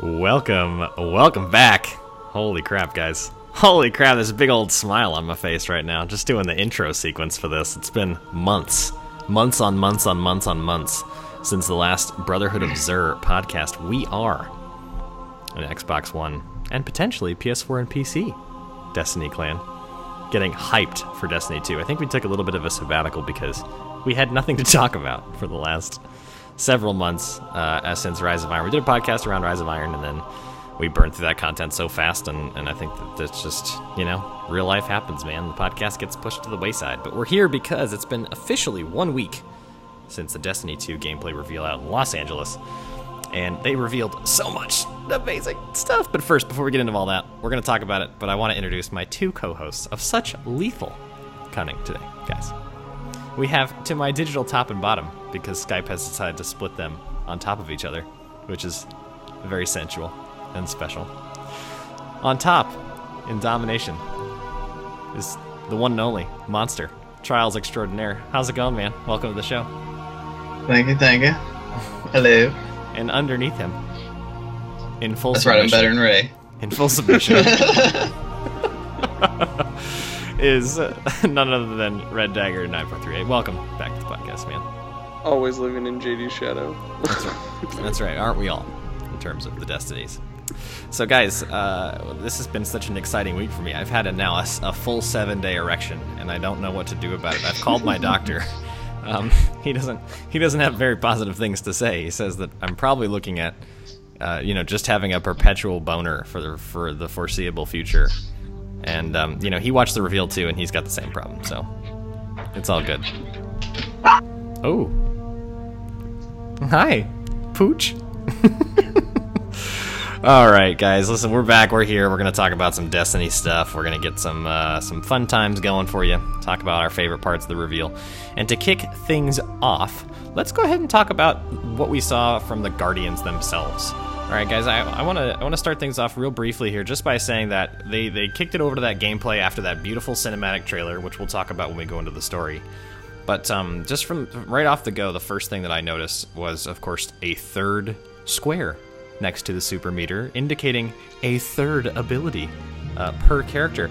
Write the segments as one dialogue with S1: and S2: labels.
S1: Welcome, welcome back. Holy crap, guys. Holy crap, there's a big old smile on my face right now. Just doing the intro sequence for this. It's been months, months on months on months on months since the last Brotherhood of Zer podcast. We are an Xbox One and potentially PS4 and PC Destiny clan getting hyped for Destiny 2. I think we took a little bit of a sabbatical because we had nothing to talk about for the last several months uh, since Rise of Iron. We did a podcast around Rise of Iron, and then we burned through that content so fast. And, and I think that that's just, you know, real life happens, man. The podcast gets pushed to the wayside. But we're here because it's been officially one week since the Destiny 2 gameplay reveal out in Los Angeles. And they revealed so much amazing stuff. But first, before we get into all that, we're going to talk about it. But I want to introduce my two co hosts of such lethal cunning today, guys. We have to my digital top and bottom because Skype has decided to split them on top of each other, which is very sensual and special. On top, in domination, is the one and only Monster Trials Extraordinaire. How's it going, man? Welcome to the show.
S2: Thank you, thank you. Hello.
S1: And underneath him, in full
S2: That's right, I'm
S1: submission,
S2: better than Ray.
S1: in full submission, is uh, none other than Red Dagger 9438. Welcome back to the podcast, man.
S3: Always living in JD's shadow.
S1: That's right, aren't we all? In terms of the destinies. So, guys, uh, this has been such an exciting week for me. I've had a now a, s- a full seven day erection, and I don't know what to do about it. I've called my doctor. Um, he doesn't. He doesn't have very positive things to say. He says that I'm probably looking at, uh, you know, just having a perpetual boner for the for the foreseeable future. And um, you know, he watched the reveal too, and he's got the same problem. So, it's all good. Oh, Hi, Pooch. All right, guys. Listen, we're back. We're here. We're gonna talk about some Destiny stuff. We're gonna get some uh, some fun times going for you. Talk about our favorite parts of the reveal, and to kick things off, let's go ahead and talk about what we saw from the Guardians themselves. All right, guys. I, I wanna I wanna start things off real briefly here, just by saying that they they kicked it over to that gameplay after that beautiful cinematic trailer, which we'll talk about when we go into the story. But um, just from right off the go, the first thing that I noticed was, of course, a third square next to the super meter, indicating a third ability uh, per character.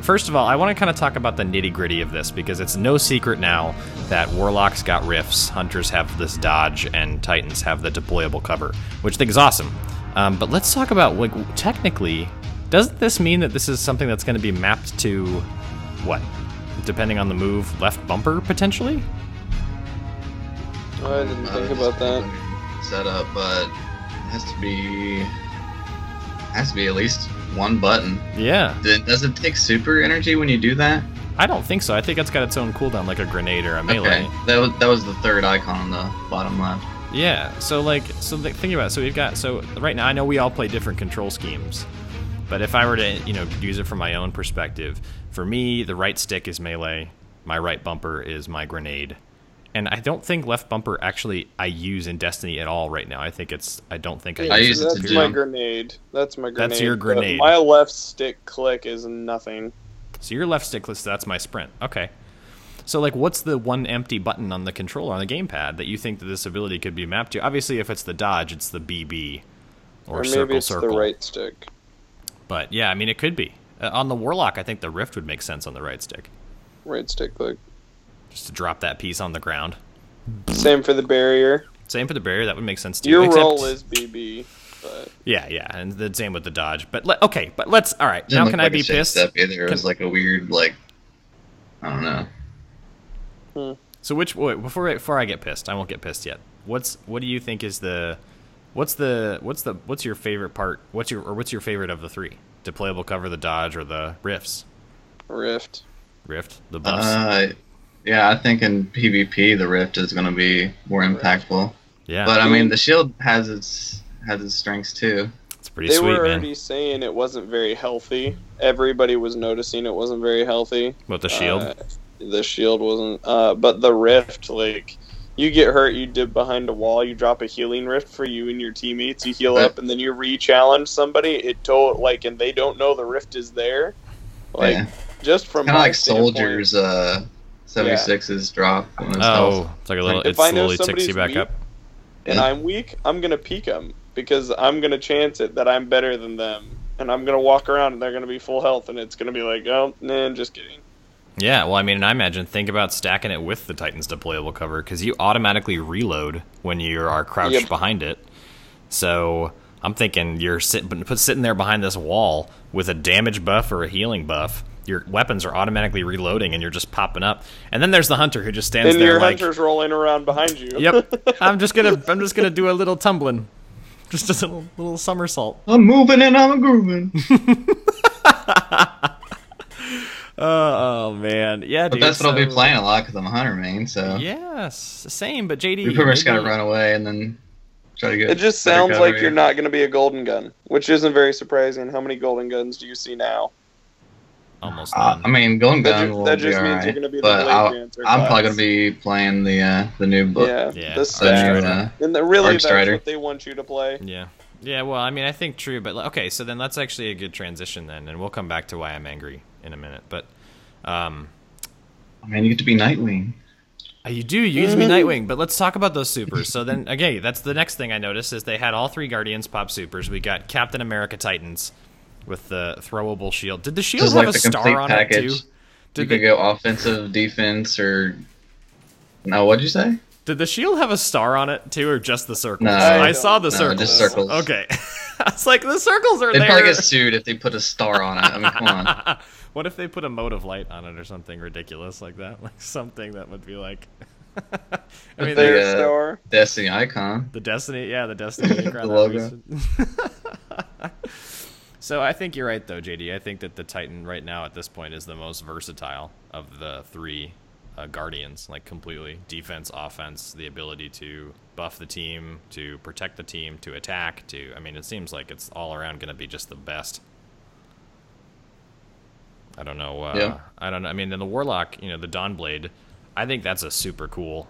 S1: First of all, I want to kind of talk about the nitty gritty of this because it's no secret now that warlocks got rifts, hunters have this dodge, and titans have the deployable cover, which I think is awesome. Um, but let's talk about like technically, doesn't this mean that this is something that's going to be mapped to what? depending on the move, left bumper potentially.
S3: I didn't think about that.
S2: Set up, but it has to be has to be at least one button.
S1: Yeah,
S2: Then- Does it take super energy when you do that?
S1: I don't think so. I think it's got its own cooldown, like a grenade or a melee.
S2: Okay, that was that was the third icon on the bottom left.
S1: Yeah. So like, so th- think about it. So we've got so right now I know we all play different control schemes, but if I were to you know use it from my own perspective, for me the right stick is melee, my right bumper is my grenade, and I don't think left bumper actually I use in Destiny at all right now. I think it's I don't think I,
S2: I
S1: use
S2: use it
S3: that's
S2: to
S3: my
S2: jump.
S3: grenade. That's my grenade.
S1: That's your
S3: but
S1: grenade.
S3: My left stick click is nothing.
S1: So your left stick list, that's my sprint. Okay. So like what's the one empty button on the controller on the gamepad that you think that this ability could be mapped to? Obviously if it's the dodge, it's the BB or,
S3: Or, maybe
S1: circle
S3: it's
S1: circle.
S3: the right stick.
S1: But yeah, I mean it could be. Uh, on the warlock, I think the rift would make sense on the right stick.
S3: Right stick click.
S1: Just to drop that piece on the ground.
S3: Same for the barrier.
S1: Same for the barrier, that would make sense too.
S3: Your
S1: except-
S3: roll is BB, but
S1: Yeah, yeah, and the same with the dodge. But let, okay, but let's all right. Now can
S2: Didn't look
S1: I
S2: like a
S1: be
S2: shake
S1: pissed?
S2: Step either. It
S1: Can-
S2: was like a weird like I don't know.
S1: So which wait, before I- before I get pissed, I won't get pissed yet. What's what do you think is the what's the what's the what's your favorite part? What's your or what's your favorite of the three? Deployable cover, the dodge, or the rifts?
S3: rift.
S1: Rift, the buffs.
S2: Uh, yeah, I think in PvP the rift is going to be more impactful.
S1: yeah,
S2: But I mean, the shield has its has its strengths too.
S1: it's pretty
S3: They
S1: sweet,
S3: were
S1: man.
S3: already saying it wasn't very healthy. Everybody was noticing it wasn't very healthy.
S1: With the shield,
S3: Uh, the shield wasn't. Uh, but the rift, like, you get hurt, you dip behind a wall, you drop a healing rift for you and your teammates, you heal
S2: Uh,
S3: up, and then you re-challenge somebody. It told like, and they don't know the rift is there. Like,
S2: yeah.
S3: just from
S2: kind of
S3: my
S2: like
S3: standpoint,
S2: soldiers. Uh, 76's drop. On his health.
S1: oh, it's like a little.
S3: If
S1: It
S3: I know
S1: slowly ticks
S3: somebody's
S1: you back
S3: weak-
S1: up.
S3: and I'm weak, I'm gonna peek them. because I'm gonna chance it that I'm better than them, and I'm gonna walk around and they're gonna be full health, and it's gonna be like, oh, nah, just kidding.
S1: Yeah, well, I mean, and I imagine think about stacking it with the Titan's deployable cover because you automatically reload when you are crouched
S3: Yep.
S1: behind it. So I'm thinking you're sit, but put sitting there behind this wall with a damage buff or a healing buff. Your weapons are automatically reloading, and you're just popping up. And then there's the hunter who just stands
S3: And
S1: there
S3: your
S1: like,
S3: hunter's rolling around behind you.
S1: "Yep, I'm just gonna, I'm just gonna do a little tumbling, just a little, little somersault."
S2: I'm moving and I'm grooving.
S1: Oh, oh, man, yeah,
S2: But
S1: dude.
S2: that's what I'll be
S1: so-
S2: playing a lot because I'm a hunter main, so
S1: Yes, same, but JD,
S2: we pretty much gotta
S1: maybe-
S2: run away and then try to get.
S3: It just
S2: better
S3: sounds
S2: cover
S3: like
S2: here.
S3: you're not going to be a golden gun, which isn't very surprising. How many golden guns do you see now?
S1: almost.
S2: Uh,
S1: none.
S2: I mean, Golden
S3: That,
S2: Gun
S3: ju-
S2: will
S3: that just
S2: be
S3: means
S2: alright,
S3: you're going to be the
S2: but I'll-
S3: blade dancer.
S2: I'm probably
S3: class.
S2: gonna be playing the uh, the new book.
S3: yeah,
S1: Yeah,
S3: the
S1: Arc
S2: The
S3: staff.
S2: new, uh,
S3: And the, really,
S2: Arc
S3: that's
S2: Strider.
S3: what they want you to play.
S1: Yeah. Yeah, well, I mean, I think true, but like, okay, so then that's actually a good transition then, and we'll come back to why I'm angry in a minute. But um,
S2: I mean, you get to be Nightwing.
S1: uh, you do, you get to be
S2: Mm-hmm.
S1: Nightwing, but let's talk about those supers. So then, okay, that's the next thing I noticed is they had all three Guardians pop supers. We got Captain America Titans with the throwable shield. Did the shield
S2: Just
S1: have
S2: like
S1: a
S2: the
S1: star
S2: complete
S1: on it
S2: package.
S1: too?
S2: you
S1: Did
S2: could
S1: the,
S2: go offensive, defense, or no? What'd you say?
S1: did the shield have a star on it too, or just the circles?
S2: No.
S1: I, saw the
S2: No,
S1: circles.
S2: just circles.
S1: Okay, I was like, the circles are
S2: They'd
S1: there.
S2: probably get sued if they put a star on it. I mean, come on.
S1: what if they put a mode of light on it or something ridiculous like that? Like something that would be like. I mean,
S3: There's Their
S1: the,
S2: Yeah.
S3: star.
S2: Destiny icon.
S1: the Destiny, yeah, the Destiny. Akron
S2: The logo.
S1: operation. so I think you're right, though, JD. I think that the Titan right now at this point is the most versatile of the three uh, Guardians, like completely defense, offense, the ability to buff the team, to protect the team, to attack. To I mean, it seems like it's all around going to be just the best. I don't know. Uh,
S2: Yeah.
S1: I don't know. I mean, in the Warlock, you know, the Dawnblade, I think that's a super cool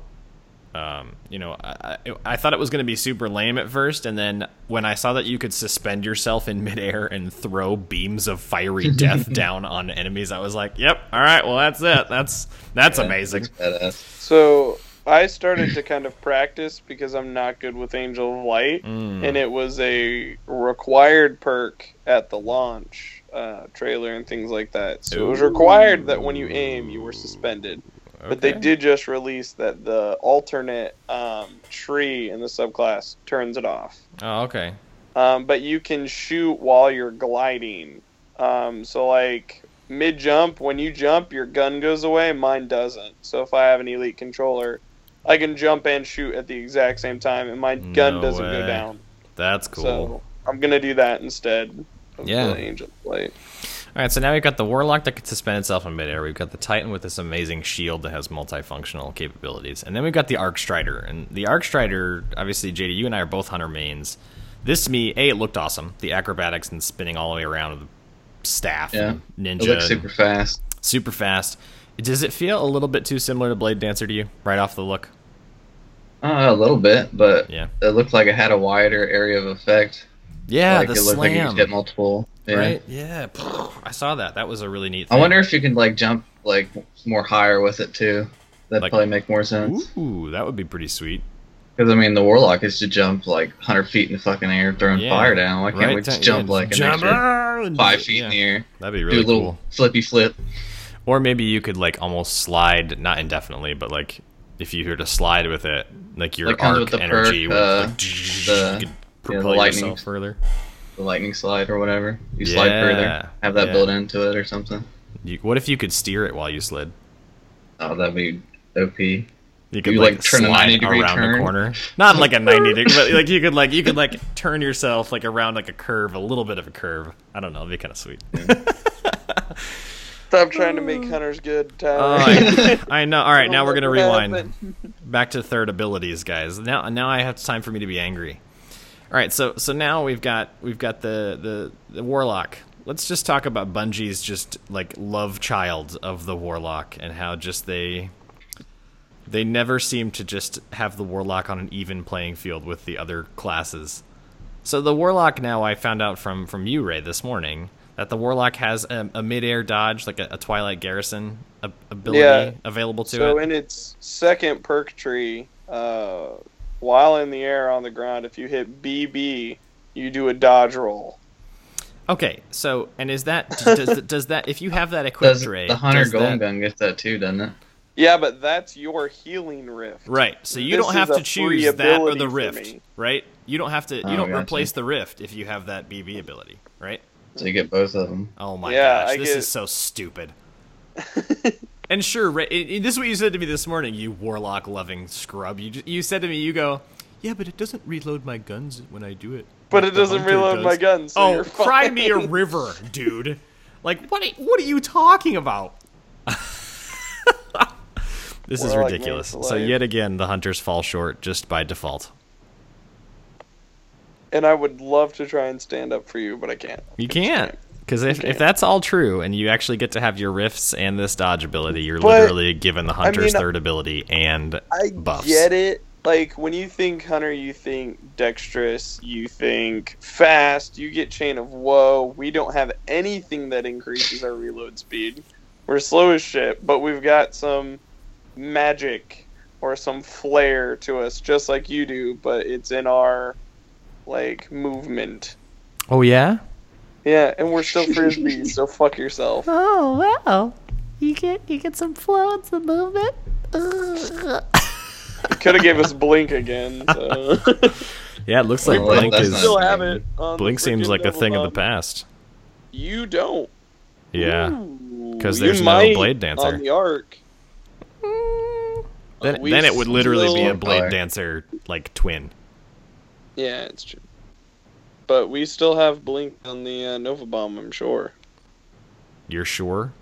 S1: um, you know, I, I, I thought it was going to be super lame at first, and then when I saw that you could suspend yourself in midair and throw beams of fiery death down on enemies, I was like, "Yep, all right, well that's it. That's that's
S2: Yeah,
S1: amazing."
S2: it's badass.
S3: So I started to kind of practice because I'm not good with Angel of Light,
S1: Mm.
S3: and it was a required perk at the launch uh, trailer and things like that. So it was required that when you aim, you were suspended. But they
S1: Okay.
S3: did just release that the alternate um, tree in the subclass turns it off.
S1: Oh, okay.
S3: Um, but you can shoot while you're gliding. Um, so like mid jump, when you jump, your gun goes away. Mine doesn't. So if I have an elite controller, I can jump and shoot at the exact same time, and my gun
S1: No
S3: doesn't
S1: way.
S3: go down.
S1: That's cool.
S3: So I'm gonna do that instead. Of
S1: Yeah.
S3: The angel plate.
S1: All right, so now we've got the Warlock that can suspend itself in midair. We've got the Titan with this amazing shield that has multifunctional capabilities, and then we've got the Arc Strider. And the Arc Strider, obviously, JD, you and I are both hunter mains. This to me, a, it looked awesome. The acrobatics and spinning all the way around with the staff,
S2: Yeah,
S1: and ninja,
S2: It looks
S1: and
S2: super fast.
S1: super fast. Does it feel a little bit too similar to Blade Dancer to you, right off the look?
S2: Uh, a little bit, but
S1: Yeah,
S2: it looked like it had a wider area of effect.
S1: yeah,
S2: like
S1: the
S2: it looked like you
S1: slam,
S2: could hit multiple. Yeah.
S1: right? Yeah, I saw that. That was a really neat.
S2: I
S1: Thing.
S2: wonder if you can like jump like more higher with it too. That'd
S1: Like-
S2: probably make more sense.
S1: Ooh, that would be pretty sweet.
S2: Because I mean, the warlock is to jump like 100 feet in the fucking air, throwing
S1: Yeah.
S2: fire down. Why can't
S1: right?
S2: we just
S1: Yeah,
S2: jump like an
S1: jump,
S2: extra
S1: ah, and-
S2: five feet
S1: yeah.
S2: in the air,
S1: That'd be really
S2: do a little
S1: cool.
S2: flippy flip?
S1: Or maybe you could like almost slide, not indefinitely, but like if you were to slide with it, like your
S2: Like comes with
S1: arc
S2: the
S1: energy
S2: perk, uh,
S1: would
S2: the-
S1: like, you could
S2: yeah, the
S1: propel
S2: lightning.
S1: yourself further.
S2: The lightning slide or whatever. You slide
S1: Yeah,
S2: further, have that
S1: yeah.
S2: built into it or something.
S1: You, what if you could steer it while you slid?
S2: Oh, that'd be OP.
S1: You could
S2: You,
S1: like,
S2: like, turn a
S1: slide
S2: 90-degree
S1: around the
S2: turn.
S1: corner, not like a ninety degree, but like you could like you could like turn yourself like around like a curve, a little bit of a curve. I don't know, it'd be kind of sweet.
S3: Stop trying to make hunters good,
S1: Oh,
S3: Tyler.
S1: I, I know. All right, now we're gonna
S3: Don't let
S1: rewind.
S3: that happen.
S1: back to third abilities, guys. Now, now I have time for me to be angry. All right, so so now we've got we've got the the, the warlock. Let's just talk about Bungie's just like love child of the warlock and how just they they never seem to just have the warlock on an even playing field with the other classes. So the warlock now I found out from from you Ray this morning that the warlock has a, a midair dodge like a, a Twilight Garrison ab- ability
S3: Yeah.
S1: available to
S3: so
S1: it.
S3: in its second perk tree, uh, while in the air on the ground. If you hit BB, you do a dodge roll.
S1: Okay, so and is that does does that if you have that equipped
S2: Does,
S1: Ray,
S2: the hunter
S1: does
S2: golem
S1: that-
S2: gun gets that too, doesn't it?
S3: Yeah, but that's your healing rift.
S1: Right. So you
S3: This
S1: don't have
S3: is
S1: to
S3: a free
S1: choose that or
S3: ability
S1: the
S3: for
S1: rift,
S3: me.
S1: right? You don't have to you
S2: Oh,
S1: don't
S2: gotcha.
S1: replace the rift if you have that BB ability, right?
S2: So you get both of them.
S1: Oh my
S3: Yeah,
S1: gosh,
S3: I
S1: this
S3: get-
S1: is so stupid. and sure, Ray, i- i- this is what you said to me this morning, you warlock loving scrub. You ju- you said to me, you go, yeah, but it doesn't reload my guns when I do it.
S3: But
S1: like
S3: it
S1: the
S3: doesn't
S1: hunter
S3: reload
S1: does."
S3: my guns. So
S1: oh,
S3: you're
S1: cry
S3: fine.
S1: me a river, dude. Like what? Are, what are you talking about? this is
S3: Warlock means
S1: ridiculous. So
S3: life.
S1: yet again, the hunters fall short just by default.
S3: And I would love to try and stand up for you, but I can't.
S1: You can't. Because if, if that's all true and you actually get to have your rifts and this dodge ability, you're
S3: But,
S1: literally given the hunter's
S2: uh,
S3: mean,
S1: third ability and
S3: I
S1: buffs.
S3: get it. Like when you think hunter, you think dexterous, you think fast. You get chain of woe. We don't have anything that increases our reload speed. We're slow as shit, but we've got some magic or some flair to us, just like you do. But it's in our like movement.
S1: Oh, yeah?
S3: Yeah, and we're still frisbees, so fuck yourself.
S4: Oh wow! You get you get some flow and some movement. Ugh.
S3: Could have gave us blink again. So.
S1: Yeah, it looks like
S2: Well,
S1: Blink,
S2: that's
S1: is,
S2: not-
S3: still have it. on the
S1: Blink seems
S3: freaking
S1: like a
S3: double
S1: thing of the
S3: bump.
S1: past.
S3: You don't.
S2: Hmm.
S1: Yeah.
S3: because
S1: there's no Blade Dancer.
S3: on the arc.
S1: Then,
S3: we
S1: then it would literally be a
S2: still
S1: Blade
S2: are.
S1: Dancer, like, twin.
S3: Yeah, it's true. But we still have Blink on the uh, Nova Bomb. I'm sure.
S1: You're sure?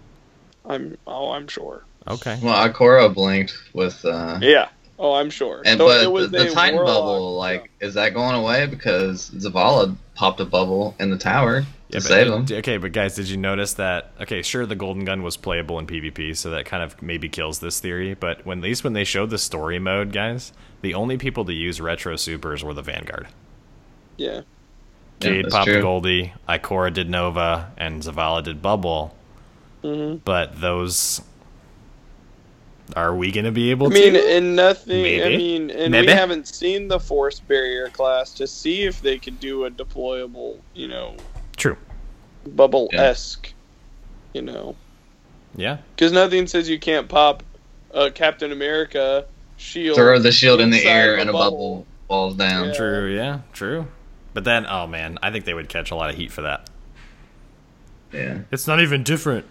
S3: I'm oh, I'm sure.
S1: Okay.
S2: Well, Akora blinked with. uh
S3: Yeah. Oh, I'm sure.
S2: And
S3: Though
S2: but
S3: it was
S2: the, the
S3: a
S2: Titan
S3: warlock-
S2: bubble, like, is that going away because Zavala popped a bubble in the tower to
S1: Yeah, but-
S2: save him?
S1: Okay, but guys, did you notice that? Okay, sure, the golden gun was playable in PvP, so that kind of maybe kills this theory. But when at least when they showed the story mode, guys, the only people to use retro supers were the Vanguard.
S2: Yeah,
S3: Yeah.
S1: Jade
S2: that's
S1: popped
S2: true.
S1: Goldie, Ikora did Nova, and Zavala did Bubble.
S3: hmm
S1: But those, are we gonna be able
S3: I mean,
S1: to?
S3: and nothing. I
S1: Maybe.
S3: mean, and
S1: Maybe.
S3: we haven't seen the Force Barrier class to see if they could do a deployable, you know,
S1: True.
S3: bubble esque, you know.
S1: Yeah.
S3: Because nothing says you can't pop uh, Captain America shield.
S2: Throw the shield in the
S3: inside
S2: air
S3: of a
S2: and a
S3: bubble.
S2: bubble falls down.
S3: Yeah.
S1: True. Yeah. True. But then, oh man, I think they would catch a lot of heat for that.
S2: yeah.
S1: It's not even different.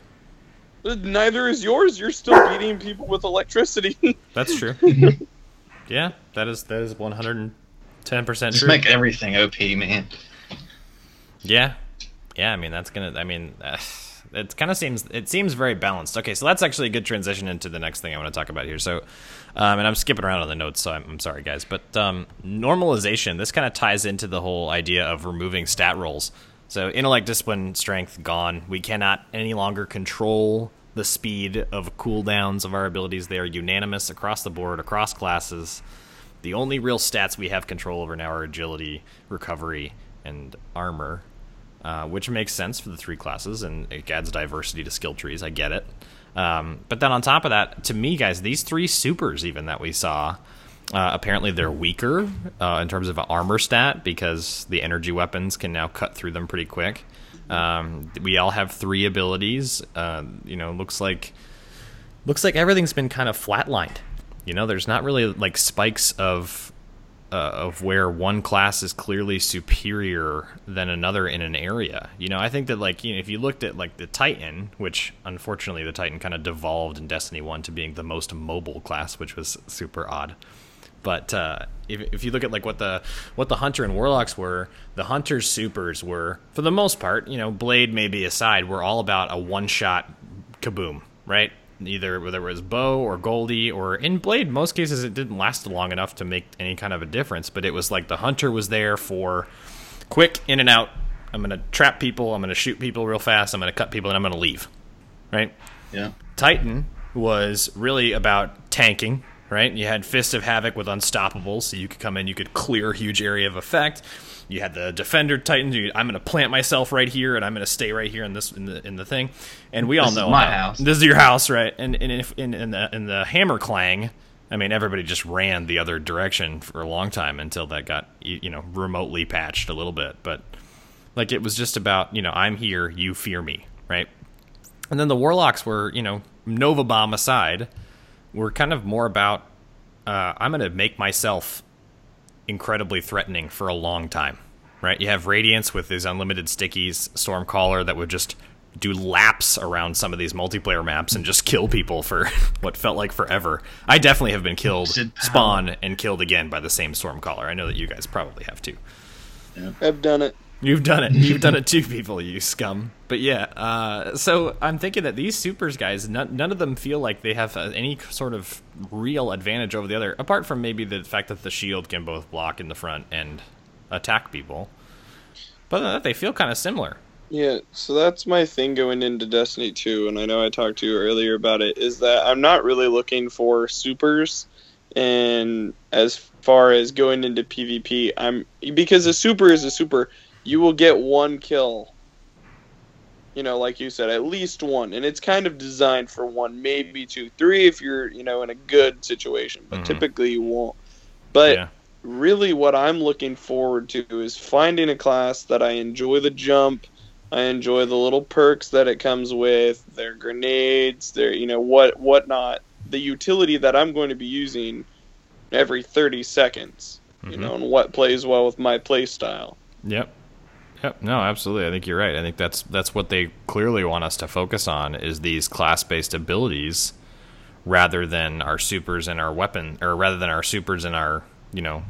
S3: Neither is yours. You're still beating people with electricity.
S1: That's true. yeah, that is that is one hundred and ten percent
S2: Just
S1: true.
S2: make everything OP, man.
S1: yeah, yeah. I mean, that's gonna. I mean, uh, it kind of seems it seems very balanced. Okay, so that's actually a good transition into the next thing I want to talk about here. So, um, and I'm skipping around on the notes, so I'm, I'm sorry, guys. But um, normalization. This kind of ties into the whole idea of removing stat rolls. So intellect, discipline, strength gone. We cannot any longer control the speed of cooldowns of our abilities. They are unanimous across the board, across classes. The only real stats we have control over now are agility, recovery, and armor, uh, which makes sense for the three classes, and it adds diversity to skill trees. I get it. Um, but then on top of that, to me, guys, these three supers even that we saw, uh, apparently they're weaker uh, in terms of an armor stat because the energy weapons can now cut through them pretty quick. Um, we all have three abilities. Uh, you know, looks like looks like everything's been kind of flatlined. You know, there's not really like spikes of uh, of where one class is clearly superior than another in an area. You know, I think that like you know, if you looked at like the Titan, which unfortunately the Titan kind of devolved in Destiny One to being the most mobile class, which was super odd. But uh, if, if you look at like what the what the hunter and warlocks were, the hunter's supers were for the most part, you know, blade maybe aside, were all about a one shot kaboom, right? Either whether it was bow or Goldie or in blade, most cases it didn't last long enough to make any kind of a difference. But it was like the hunter was there for quick in and out. I'm gonna trap people. I'm gonna shoot people real fast. I'm gonna cut people, and I'm gonna leave, right?
S2: Yeah.
S1: Titan was really about tanking, right? You had Fist of Havoc with Unstoppable, so you could come in, you could clear a huge area of effect. You had the Defender Titans. You, I'm going to plant myself right here, and I'm going to stay right here in this in the in the thing. And we all
S2: is
S1: know
S2: my
S1: how-
S2: house.
S1: This is your house, right? And and if, in in the in the Hammer Clang I mean, everybody just ran the other direction for a long time until that got y- you know remotely patched a little bit. But like it was just about you know I'm here, you fear me, right? And then the warlocks were you know Nova Bomb aside, were kind of more about uh, I'm going to make myself incredibly threatening for a long time, right? You have Radiance with his unlimited stickies, Stormcaller that would just do laps around some of these multiplayer maps and just kill people for what felt like forever. I definitely have been killed,
S2: Sid Powell.
S1: spawn, and killed again by the same Stormcaller. I know that you guys probably have too.
S3: I've done it.
S1: You've done it. You've done it too, people, you scum. But yeah, uh, so I'm thinking that these supers guys, none, none of them feel like they have uh, any sort of real advantage over the other, apart from maybe the fact that the shield can both block in the front and attack people. But other than that, they feel kind of similar.
S3: Yeah, so that's my thing going into Destiny 2, and I know I talked to you earlier about it, is that I'm not really looking for supers. And as far as going into PvP, I'm because a super is a super, you will get one kill. You know, like you said, at least one, and it's kind of designed for one, maybe two, three if you're, you know, in a good situation, but
S1: Mhm.
S3: typically you won't. But
S1: yeah.
S3: really what I'm looking forward to is finding a class that I enjoy the jump, I enjoy the little perks that it comes with, their grenades, their you know what whatnot, the utility that I'm going to be using every 30 seconds, you
S1: Mhm.
S3: know, and what plays well with my play style.
S1: Yep. Yep. No, absolutely. I think you're right. I think that's that's what they clearly want us to focus on is these class-based abilities rather than our supers and our weapon or rather than our supers and our, you know,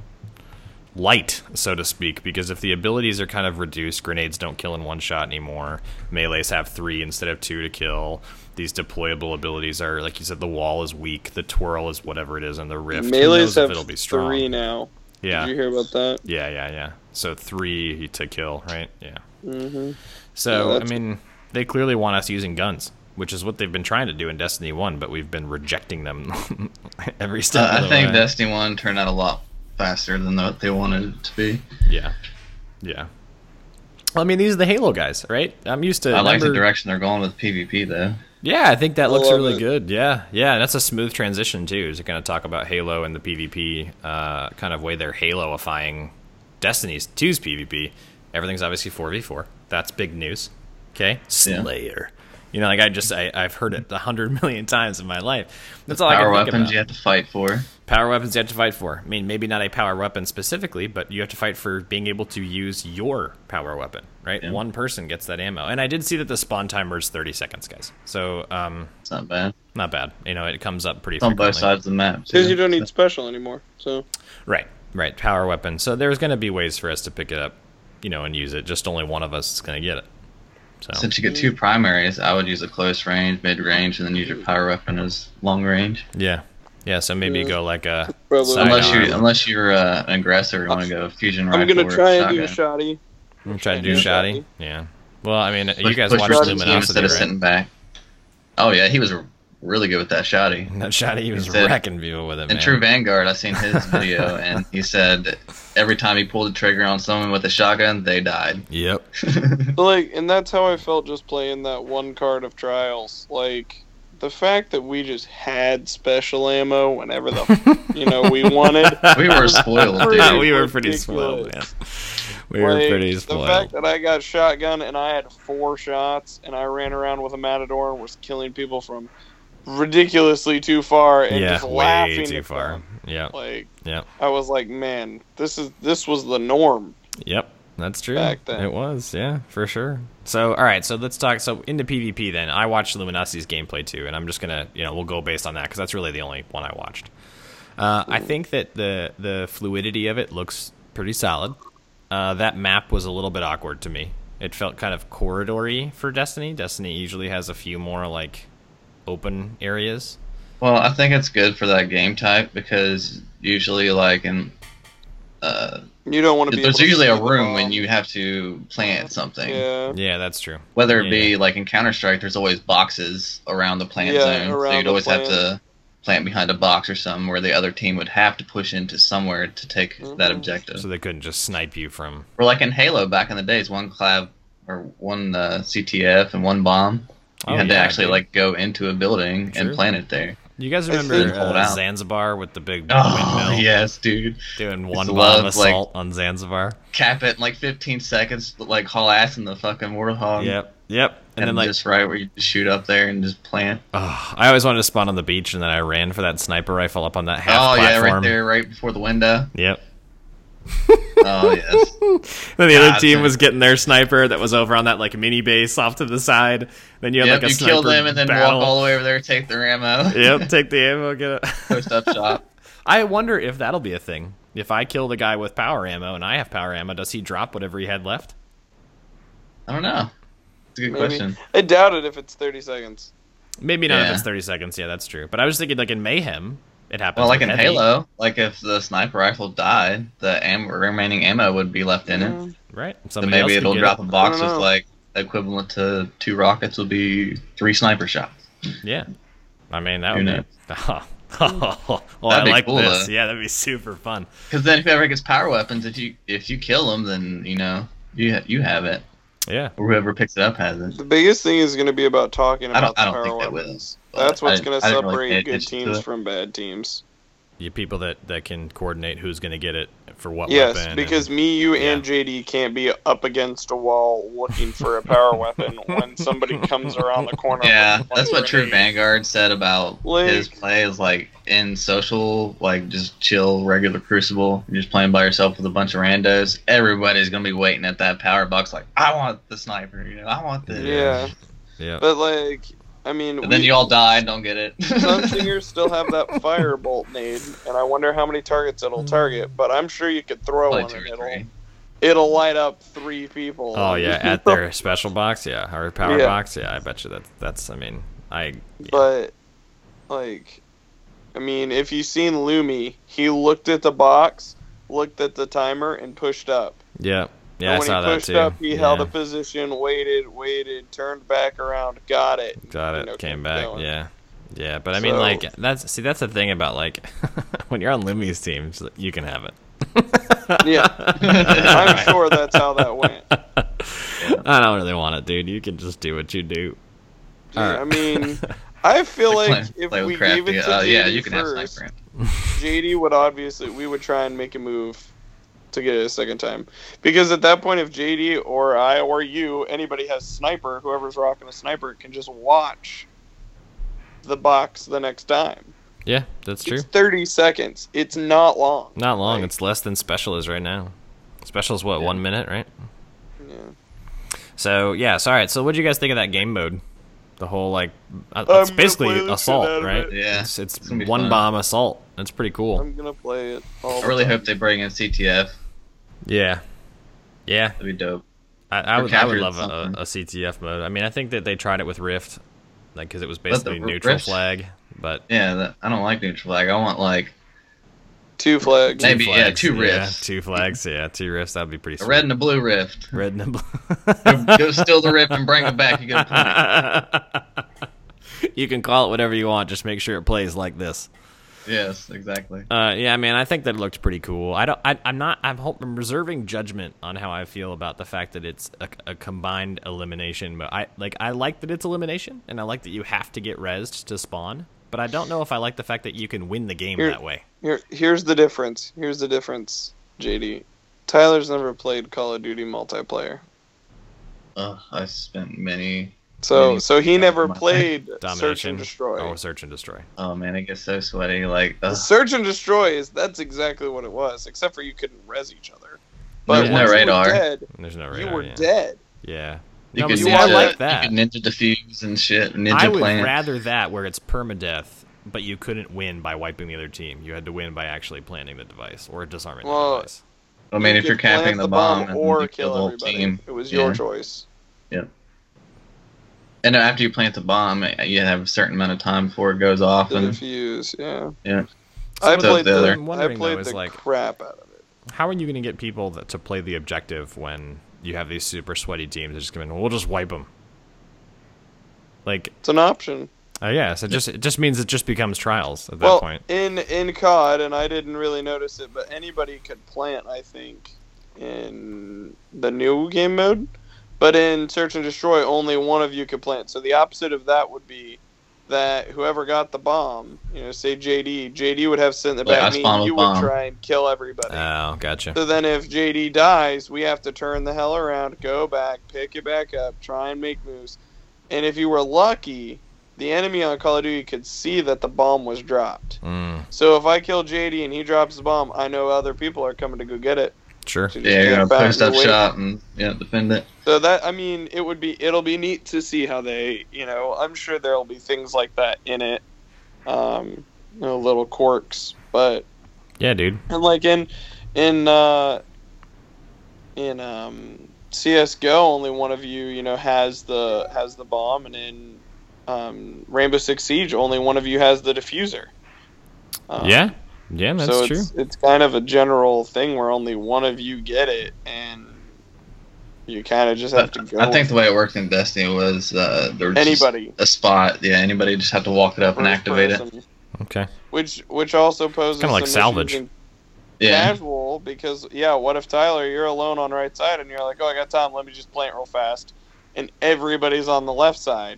S1: light, so to speak, because if the abilities are kind of reduced, grenades don't kill in one shot anymore. Melees have 3 instead of 2 to kill. These deployable abilities are like you said the wall is weak, the twirl is whatever it is and the rift. Who
S3: Melees
S1: knows if
S3: have
S1: it'll be strong.
S3: three now.
S1: Yeah.
S3: Did you hear about that?
S1: Yeah, yeah, yeah. So three to kill, right? Yeah.
S3: Mhm.
S1: So
S3: Yeah,
S1: I
S3: that's-
S1: mean, they clearly want us using guns, which is what they've been trying to do in Destiny One, but we've been rejecting them every step.
S2: Uh,
S1: of
S2: I
S1: the
S2: think
S1: way.
S2: Destiny 1 turned out a lot faster than what they wanted it to be.
S1: yeah, yeah. Well, I mean, these are the Halo guys, right? I'm used to.
S2: I like the
S1: number-
S2: direction they're going with PvP, though.
S1: Yeah, I think that looks
S3: love
S1: really
S3: it.
S1: good. Yeah, yeah, that's a smooth transition too. Is going to talk about Halo and the PvP uh, kind of way they're Haloifying Destiny's 2's PvP. Everything's obviously 4v4. That's big news. Okay, Slayer. You know, like I just I, I've heard it a hundred million times in my life. That's all I can
S2: Power
S1: think
S2: weapons
S1: about
S2: you have to fight for.
S1: power weapons you have to fight for. I mean, maybe not a power weapon specifically, but you have to fight for being able to use your power weapon, right?
S2: Yeah.
S1: One person gets that ammo. And I did see that the spawn timer is 30 seconds, guys. So, um,
S2: It's not bad.
S1: not bad. You know, it comes up pretty
S2: It's on both
S1: frequently.
S2: sides of the map.
S3: Because
S2: too.
S3: you don't need special anymore. So
S1: Right, right. Power weapon. So there's going to be ways for us to pick it up, you know, and use it. Just only one of us is going to get it. So
S2: Since you get two primaries, I would use a close range, mid range, and then use
S3: Mm.
S2: your power weapon as long range.
S1: yeah, yeah. So maybe
S3: Yeah.
S1: go like uh, a
S3: Probably.
S1: side
S2: Unless you
S1: arm.
S2: unless you're uh, an aggressor, you want to go fusion rifle.
S3: I'm gonna
S2: or
S3: try and do a
S2: shotgun.
S3: shoddy.
S1: I'm trying to
S2: Yeah.
S1: do shoddy. Yeah. Well, I mean, you
S2: Push-
S1: guys
S2: push
S1: watch
S2: versus team
S1: Luminosity,
S2: instead of
S1: right?
S2: sitting back. Oh yeah, he was really good with that shotty.
S1: That shot he was
S2: Instead-
S1: wrecking people with it, man.
S2: In True Vanguard, I seen his video, and he said that every time he pulled the trigger on someone with a shotgun, they died.
S1: Yep.
S3: But, like, and that's how I felt just playing that one card of trials. Like, the fact that we just had special ammo whenever the you know we wanted.
S2: we were spoiled,
S3: Pretty
S2: dude.
S1: we were pretty
S3: ridiculous.
S1: spoiled, man. We were
S3: Like,
S1: pretty
S3: The
S1: spoiled.
S3: fact that I got shotgun and I had four shots and I ran around with a matador and was killing people from ridiculously too far and
S1: Yeah,
S3: just laughing
S1: way too
S3: at
S1: far.
S3: them.
S1: Yep.
S3: Like,
S1: Yep.
S3: I was like, man, this is this was the norm.
S1: Yep. That's true.
S3: Back then.
S1: It was, yeah, for sure. So, all right, so let's talk. So, into PvP then, I watched Luminosity's gameplay too, and I'm just gonna, you know, we'll go based on that because that's really the only one I watched. Uh, I think that the the fluidity of it looks pretty solid. Uh, that map was a little bit awkward to me. It felt kind of corridory for Destiny. Destiny usually has a few more like open areas.
S2: Well, I think it's good for that game type because usually, like in, uh,
S3: You don't want to be. able
S2: there's
S3: to
S2: usually
S3: see
S2: a
S3: the
S2: room
S3: bomb.
S2: when you have to plant something.
S3: Yeah.
S1: Yeah, that's true.
S2: Whether it
S1: Yeah.
S2: be like in Counter Strike, there's always boxes around the plant
S3: Yeah,
S2: zone, so
S3: around
S2: you'd
S3: the
S2: always have
S3: plant.
S2: to plant behind a box or something where the other team would have to push into somewhere to take that
S3: Mhm.
S2: objective.
S1: So they couldn't just snipe you from.
S2: Or like in Halo back in the days, one clav or one uh, CTF and one bomb. You
S1: Oh,
S2: had to
S1: yeah,
S2: actually
S1: dude.
S2: like go into a building
S1: True.
S2: and plant it there.
S1: You guys
S3: couldn't
S1: remember
S2: hold
S1: uh,
S2: out.
S1: Zanzibar with the big
S2: Oh
S1: windmill
S2: yes, dude.
S1: doing one
S2: Just
S1: bomb
S2: love, like-
S1: assault on Zanzibar?
S2: Cap it in like 15 seconds, like haul ass in the fucking warthog.
S1: Yep, yep. And,
S2: um, And,
S1: then like,
S2: just right where you just shoot up there and just plant.
S1: ugh, I always wanted to spawn on the beach, and then I ran for that sniper rifle up on that half
S2: oh
S1: platform.
S2: yeah, right there, right before the window.
S1: Yep.
S2: Oh yes.
S1: Then the
S2: God,
S1: other team
S2: dude.
S1: was getting their sniper that was over on that like mini base off to the side. Then you had
S2: yep,
S1: like a
S2: you
S1: sniper
S2: kill them and then
S1: battle.
S2: walk all the way over there, take their ammo.
S1: Yep, take the ammo, get it.
S2: Post up shop.
S1: I wonder if that'll be a thing. If I kill the guy with power ammo and I have power ammo, does he drop whatever he had left?
S2: I don't know. It's a good
S3: Maybe.
S2: question.
S3: I doubt it if it's 30 seconds.
S1: Maybe not if
S2: Yeah.
S1: it's 30 seconds. Yeah, that's true. But I was thinking, like in Mayhem, it happens.
S2: Well, like in
S1: with heavy.
S2: Halo, like if the sniper rifle died, the am- remaining ammo would be left in
S3: Mm.
S2: it.
S1: right?
S2: So
S1: Somebody
S2: maybe
S1: else
S2: it'll
S1: could get
S2: drop a box
S3: I don't
S2: with
S3: know.
S2: like equivalent to two rockets would be three sniper shots.
S1: Yeah, I mean that
S2: Who
S1: would
S2: knows?
S1: be. Oh, oh, I
S2: That'd be
S1: like
S2: cool,
S1: this.
S2: though.
S1: Yeah, that'd be super fun.
S2: Because then whoever gets power weapons, if you if you kill them, then you know you ha- you have it,
S1: Yeah,
S2: or whoever picks it up has it.
S3: The biggest thing is going to be about talking
S2: I
S3: about
S2: don't I
S3: the
S2: don't
S3: power
S2: think that will.
S3: weapons.
S2: but
S3: That's what's
S2: I-
S3: going
S2: I
S3: to
S2: didn't really
S3: separate
S2: pay
S3: good
S2: attention to
S3: teams
S2: it.
S3: from bad teams.
S1: you people that that can coordinate who's gonna get it for what
S3: Yes,
S1: weapon.
S3: because
S1: and-
S3: me, you, and JD can't be up against a wall looking for a power weapon when somebody comes around the corner.
S2: Yeah,
S3: with a
S2: that's what True
S3: grenade.
S2: Vanguard said about
S3: Like-
S2: his play is like in social, like just chill, regular crucible. You're just playing by yourself with a bunch of randos. Everybody's gonna be waiting at that power box, like I want the sniper, you know, I want this.
S3: Yeah,
S1: yeah,
S3: but like, I mean,
S2: And then
S3: we-
S2: you all die and don't get it.
S3: Sunsingers still have that firebolt nade, and I wonder how many targets it'll target. But I'm sure you could throw
S2: Probably
S3: one,
S2: two
S3: and
S2: or
S3: it'll
S2: three.
S3: it'll light up three people.
S1: oh yeah, at their special box, yeah, or power
S3: Yeah.
S1: box, yeah. I bet you that that's. I mean, I
S3: But like, I mean, if you seen Lumi, he looked at the box, looked at the timer, and pushed up.
S1: yeah yeah I
S3: and when
S1: saw
S3: he
S1: that
S3: pushed
S1: too.
S3: up, he
S1: yeah.
S3: held a position, waited, waited, turned back around, got it.
S1: Got
S3: you
S1: it.
S3: know,
S1: came
S3: kept
S1: back.
S3: going.
S1: Yeah. Yeah, but I mean,
S3: So-
S1: like that's see, that's the thing about like when you're on Lumi's teams, you can have it.
S3: Yeah, I'm sure that's how that went.
S1: I don't really want it, dude. You can just do what you do.
S3: Dude,
S1: Alright.
S3: I mean, I feel
S2: Like,
S3: like
S2: play-
S3: if
S2: play
S3: we
S2: with
S3: gave
S2: crafty.
S3: it to
S2: Uh,
S3: JD
S2: yeah, you can have
S3: first,
S2: sniper. ammo.
S3: JD would obviously we would try and make a move to get it a second time because at that point, if JD or I or you anybody has sniper, whoever's rocking a sniper can just watch the box the next time.
S1: Yeah, that's true.
S3: It's 30 seconds. It's not long.
S1: Not long.
S3: like-
S1: It's less than special is right now. Special is what one minute, right?
S3: Yeah.
S1: So yeah. So all right. So what do you guys think of that game mode? The whole like uh, it's
S3: gonna
S1: basically
S3: play the shit out
S1: assault,
S3: of
S1: right?
S3: it.
S2: Yeah,
S1: It's, it's,
S2: it's gonna be
S1: one
S2: fun.
S1: bomb assault. That's pretty cool.
S3: I'm gonna play it. All
S2: I really hope they bring in CTF.
S1: yeah. Yeah.
S2: That'd be dope.
S1: I, I
S2: or
S1: would, I would
S2: captured
S1: love a,
S2: something.
S1: a CTF mode. I mean, I think that they tried it with Rift, like because it was
S2: the
S1: basically
S2: R-
S1: neutral
S2: Rift-
S1: flag. But
S2: Yeah, that, I don't like neutral flag. I want like
S3: two flags.
S2: Maybe, yeah,
S1: flags,
S2: two
S1: yeah,
S2: rifts.
S1: two flags, yeah, two rifts. That'd be pretty.
S2: a
S1: Sweet.
S2: red and a blue rift.
S1: red and blue.
S2: Go- go steal the rip and bring it back. You get a point.
S1: you can call it whatever you want. Just make sure it plays like this.
S2: Yes, exactly.
S1: Uh, yeah, I mean, I think that looked pretty cool. I don't. I, I'm not. I'm, hope, I'm reserving judgment on how I feel about the fact that it's a, a combined elimination. But I like. I like that it's elimination, and I like that you have to get rezzed to spawn. But I don't know if I like the fact that you can win the game
S3: Here-
S1: that way.
S3: Here, here's the difference. Here's the difference, JD. Tyler's never played Call of Duty multiplayer,
S2: Ugh, I spent many.
S3: so
S2: Maybe.
S3: so he never
S2: Come on.
S3: played Search
S1: Domination.
S3: and Destroy.
S1: Oh, search and destroy.
S2: Oh man, it gets so sweaty. Like,
S3: The
S1: Oh.
S2: ugh.
S3: Search and Destroy is that's exactly what it was, except for you couldn't res each other. But
S1: There's no
S3: once
S2: radar.
S3: you were dead,
S1: There's no
S3: you
S1: radar.
S3: were
S1: yeah.
S3: dead.
S1: Yeah.
S2: you
S1: No, but
S2: can
S3: could
S1: see,
S2: ninja,
S1: I
S3: ninja-
S1: like that.
S2: You can ninja defuse and shit. Ninja
S1: I would
S2: plant.
S1: rather that where it's permadeath, but you couldn't win by wiping the other team. You had to win by actually planting the device or disarming
S3: Well,
S1: the device.
S2: I mean,
S3: You
S2: if you're
S3: could plant
S2: capping the bomb, and
S3: or
S2: you
S3: kill
S2: the whole
S3: everybody,
S2: team.
S3: it was your
S2: yeah.
S3: choice.
S2: And after you plant the bomb, you have a certain amount of time before it goes off.
S3: The
S2: And
S3: diffuse, yeah.
S2: yeah,
S3: I
S2: So
S3: played
S2: the other-
S3: the,
S1: I'm
S3: I
S1: wondering, though,
S3: played
S1: is
S3: the
S1: like-
S3: crap out of it.
S1: How are you going to get people that, to play the objective when you have these super sweaty teams that just come in? We'll just wipe them. Like,
S3: It's an option.
S1: oh yeah, so just it just means it just becomes trials at that
S3: well,
S1: point.
S3: in in COD, and I didn't really notice it, but anybody could plant, I think, in the new game mode. But in Search and Destroy, only one of you could plant. So the opposite of that would be that whoever got the bomb, you know, say JD, JD would have sent the
S2: Like, I
S3: back. Me,
S2: spawned
S3: and
S2: a
S3: you would
S2: bomb. Uh,
S3: try and kill everybody.
S1: Oh, gotcha.
S3: So then, if JD dies, we have to turn the hell around, go back, pick it back up, try and make moves. And if you were lucky, the enemy on Call of Duty could see that the bomb was dropped.
S1: Mm,
S3: So if I kill JD and he drops the bomb, I know other people are coming to go get it.
S1: sure.
S3: So just
S2: Yeah, you're
S3: get
S2: gonna
S3: back
S2: post
S3: and
S2: up
S3: wait.
S2: shop and yeah, defend it.
S3: So that I mean, it would be it'll be neat to see how they, you know, I'm sure there'll be things like that in it, um, you know, little quirks, but
S1: Yeah, dude.
S3: and like in in uh in um CS:GO only one of you, you know, has the has the bomb and in um Rainbow Six Siege only one of you has the diffuser. Um,
S1: Yeah, yeah, that's
S3: so
S1: true.
S3: it's, it's kind of a general thing where only one of you get it and you kind of just have to go
S2: I think the way it worked in Destiny was uh, there was just
S3: anybody
S2: a spot. Yeah, anybody just had to walk it up and
S3: first
S2: activate it.
S3: person,
S1: Okay.
S3: Which which also poses
S1: kinda like
S3: some issues
S1: salvage.
S3: in
S2: Yeah,
S3: casual because yeah, what if Tyler you're alone on right side and you're like, oh, I got time, let me just plant real fast, and everybody's on the left side,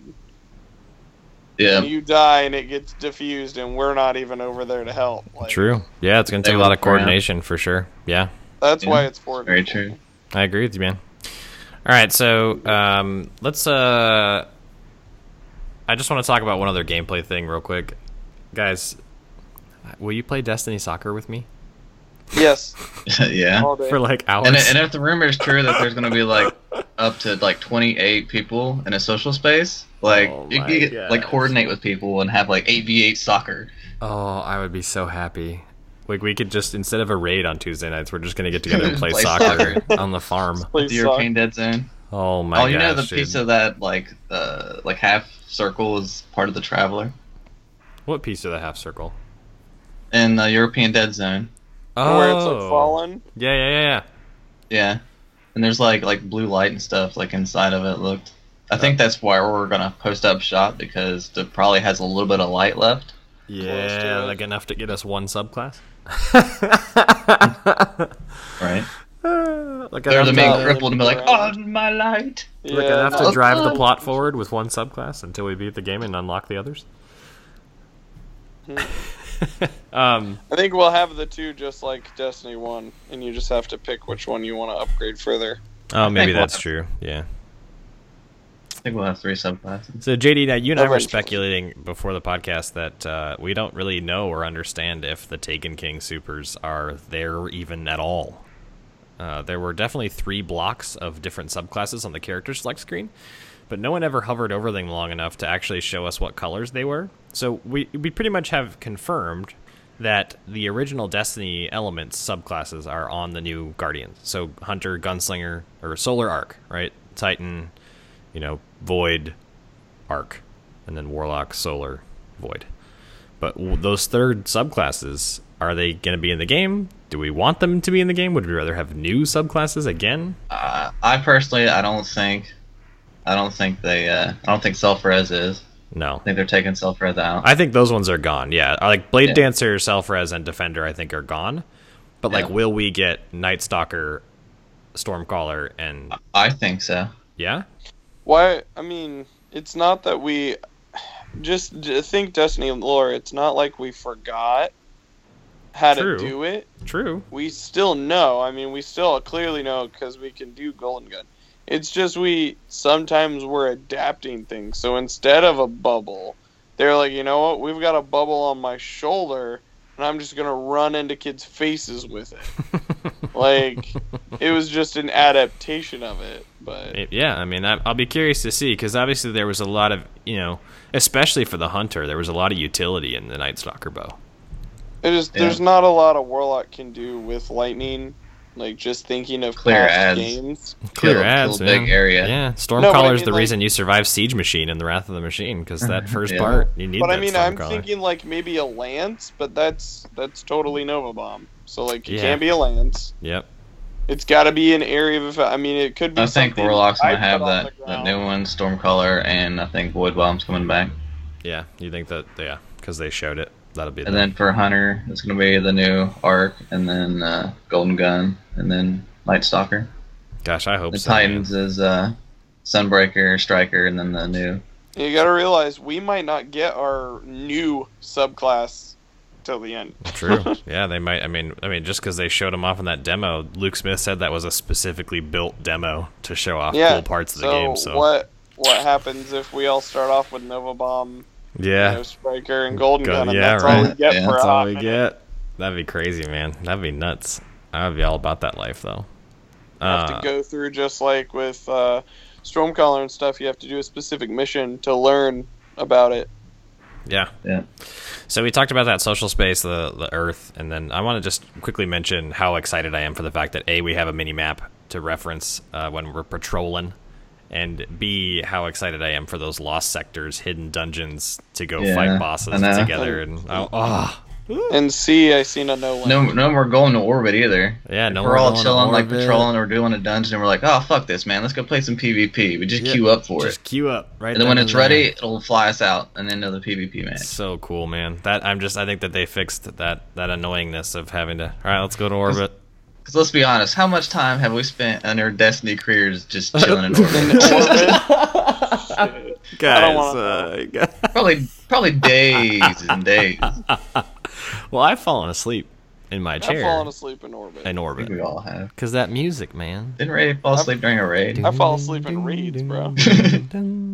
S2: yeah.
S3: and you die and it gets diffused and we're not even over there to help. Like,
S1: True. Yeah, it's gonna
S2: They
S1: take a lot of
S2: walk around.
S1: coordination for sure. Yeah,
S3: That's
S2: Yeah.
S3: why it's for
S2: Very true.
S1: I agree with you, man. All right, so um, let's. Uh, I just want to talk about one other gameplay thing real quick, guys. Will you play Destiny Soccer with me
S3: Yes,
S2: yeah.
S3: all day.
S1: for like hours?
S2: And, and if the rumor is true that there's going to be like up to like 28 people in a social space, like
S1: Oh
S2: you
S1: my
S2: could get- like
S1: gosh.
S2: coordinate with people and have like 8v8 soccer.
S1: oh, I would be so happy. Like we could just instead of a raid on Tuesday nights, we're just gonna get together and play,
S2: Play
S1: soccer on the farm.
S3: Please
S2: The
S3: suck.
S2: European Dead Zone.
S1: Oh my
S2: oh, you know the
S1: gosh, dude.
S2: piece of that like uh, like half circle is part of the Traveler
S1: what piece of the half circle?
S2: in the European Dead Zone.
S3: where it's
S1: Oh.
S3: like fallen.
S1: Yeah, yeah, yeah, yeah.
S2: Yeah, and there's like like blue light and stuff like inside of it. Looked. I think that's why we're gonna post up shop because it probably has a little bit of light left.
S3: Close
S1: Yeah,
S3: to it.
S1: like enough to get us one subclass.
S2: Right.
S1: like
S2: They're
S1: enough,
S2: the
S1: to,
S2: main
S3: not-
S2: cripple and be like,
S3: around.
S2: "Oh, my light."
S1: like
S3: Yeah,
S1: enough to
S3: no,
S1: drive the plot forward with one subclass until we beat the game and unlock the others. um,
S3: I think we'll have the two just like Destiny One, and you just have to pick which one you want to upgrade further.
S1: oh, maybe
S2: we'll
S1: that's
S2: have-
S1: true. Yeah.
S2: I think we'll have three subclasses.
S1: So JD, now you and I were
S3: Alright.
S1: speculating before the podcast that uh, we don't really know or understand if the Taken King supers are there even at all. Uh, there were definitely three blocks of different subclasses on the character select screen, but no one ever hovered over them long enough to actually show us what colors they were. So we we pretty much have confirmed that the original Destiny elements subclasses are on the new Guardians. So Hunter, Gunslinger, or Solar Arc, right? Titan, you know, Void, Arc, and then Warlock, Solar, Void. But w- those third subclasses, are they going to be in the game? Do we want them to be in the game? Would we rather have new subclasses again?
S2: Uh, I personally, I don't think, I don't think they, uh, I don't think self-res is.
S1: No.
S2: I think they're taking self-res out.
S1: I think those ones are gone. Yeah. I Like Blade
S2: Yeah.
S1: Dancer, Self Res, and Defender, I think are gone. But like,
S2: Yeah.
S1: will we get Night Stalker, Stormcaller, and.
S2: I think so.
S1: Yeah?
S3: Why? I mean, it's not that we just d- think Destiny lore. It's not like we forgot how
S1: True.
S3: to do it.
S1: True.
S3: We still know. I mean, we still clearly know because we can do Golden Gun. It's just we sometimes we're adapting things. So instead of a bubble, they're like, you know what? We've got a bubble on my shoulder, and I'm just gonna run into kids' faces with it. like it was just an adaptation of it, but.
S1: It- yeah, I mean, I, I'll be curious to see because obviously there was a lot of, you know, especially for the hunter, there was a lot of utility in the Night Stalker bow.
S3: It is.
S2: Yeah.
S3: There's not a lot a warlock can do with lightning. Like just thinking of
S2: Clear
S3: past
S2: ads.
S3: games.
S1: Clear
S2: Kill-
S1: ads,
S2: kill
S1: man.
S2: big area.
S1: Yeah, Stormcaller's
S3: No, but I mean,
S1: the
S3: like-
S1: reason you survived Siege Machine and the Wrath of the Machine because that first
S2: Yeah.
S1: part you need.
S3: But I
S1: that
S3: mean, I'm
S1: Stormcaller.
S3: thinking like maybe a lance, but that's that's totally Nova Bomb. So like it
S1: Yeah.
S3: can't be a lance.
S1: Yep.
S3: It's got to be an area of. effect. I mean, it could be.
S2: I think
S3: something
S2: Warlock's
S3: I
S2: gonna
S3: put
S2: have
S3: on
S2: that,
S3: the
S2: that
S3: ground.
S2: new one, Stormcaller, and I think Void Bomb's coming back.
S1: Yeah, you think that? Yeah, because they showed it. That'll be.
S2: And
S1: the-
S2: then for Hunter, it's gonna be the new Arc, and then uh, Golden Gun, and then Night Stalker.
S1: gosh, I hope
S2: The
S1: so. man.
S2: Titans is uh, Sunbreaker, Striker, and then the new
S3: You gotta realize we might not get our new subclass till the end.
S1: True. yeah, they might. I mean, I mean, just because they showed him off in that demo, Luke Smith said that was a specifically built demo to show off
S3: Yeah.
S1: cool parts of the
S3: so
S1: game. So
S3: what what happens if we all start off with Nova Bomb,
S1: yeah,
S3: you know, Striker, and Golden
S1: Gun-
S3: Gun, and
S1: yeah,
S3: that's all we
S2: right.
S3: get
S2: Yeah,
S3: for
S1: that's
S3: a
S1: all
S3: hot
S1: we
S3: minute.
S1: get. That'd be crazy, man. That'd be nuts. I'd be all about that life though.
S3: You have
S1: Uh.
S3: to go through just like with uh, Stormcaller and stuff. You have to do a specific mission to learn about it.
S1: Yeah.
S2: Yeah.
S1: So we talked about that social space, the the Earth, and then I want to just quickly mention how excited I am for the fact that a we have a mini map to reference uh, when we're patrolling, and b how excited I am for those lost sectors, hidden dungeons to go
S2: Yeah,
S1: fight
S2: I
S1: bosses
S2: know.
S1: together, and oh, ah,
S3: And C, I seen a no one.
S2: No, no more going to orbit either.
S1: yeah, no,
S2: we're
S1: more
S2: all
S1: going to
S2: chilling, like
S1: orbit.
S2: patrolling or doing a dungeon, and we're like, oh, fuck this, man. Let's go play some PvP. We just
S1: Yeah,
S2: queue up for it.
S1: Just queue up right.
S2: And then when
S1: then
S2: it's
S1: there.
S2: ready, it'll fly us out and into the PvP match.
S1: So cool, man. That I'm just I think that they fixed that that annoyingness of having to. All right, let's go to orbit.
S2: Because let's be honest, how much time have we spent under Destiny careers just chilling in orbit?
S1: Guys,
S3: wanna
S1: uh, guys.
S2: probably, probably days and days. I
S1: Well, I've fallen asleep in my
S3: I've
S1: chair
S3: fallen asleep in orbit.
S1: in
S2: think
S1: orbit
S2: we all have.
S1: because that music, man.
S2: Didn't Ray fall asleep during a raid?
S3: I fall asleep in reeds, bro.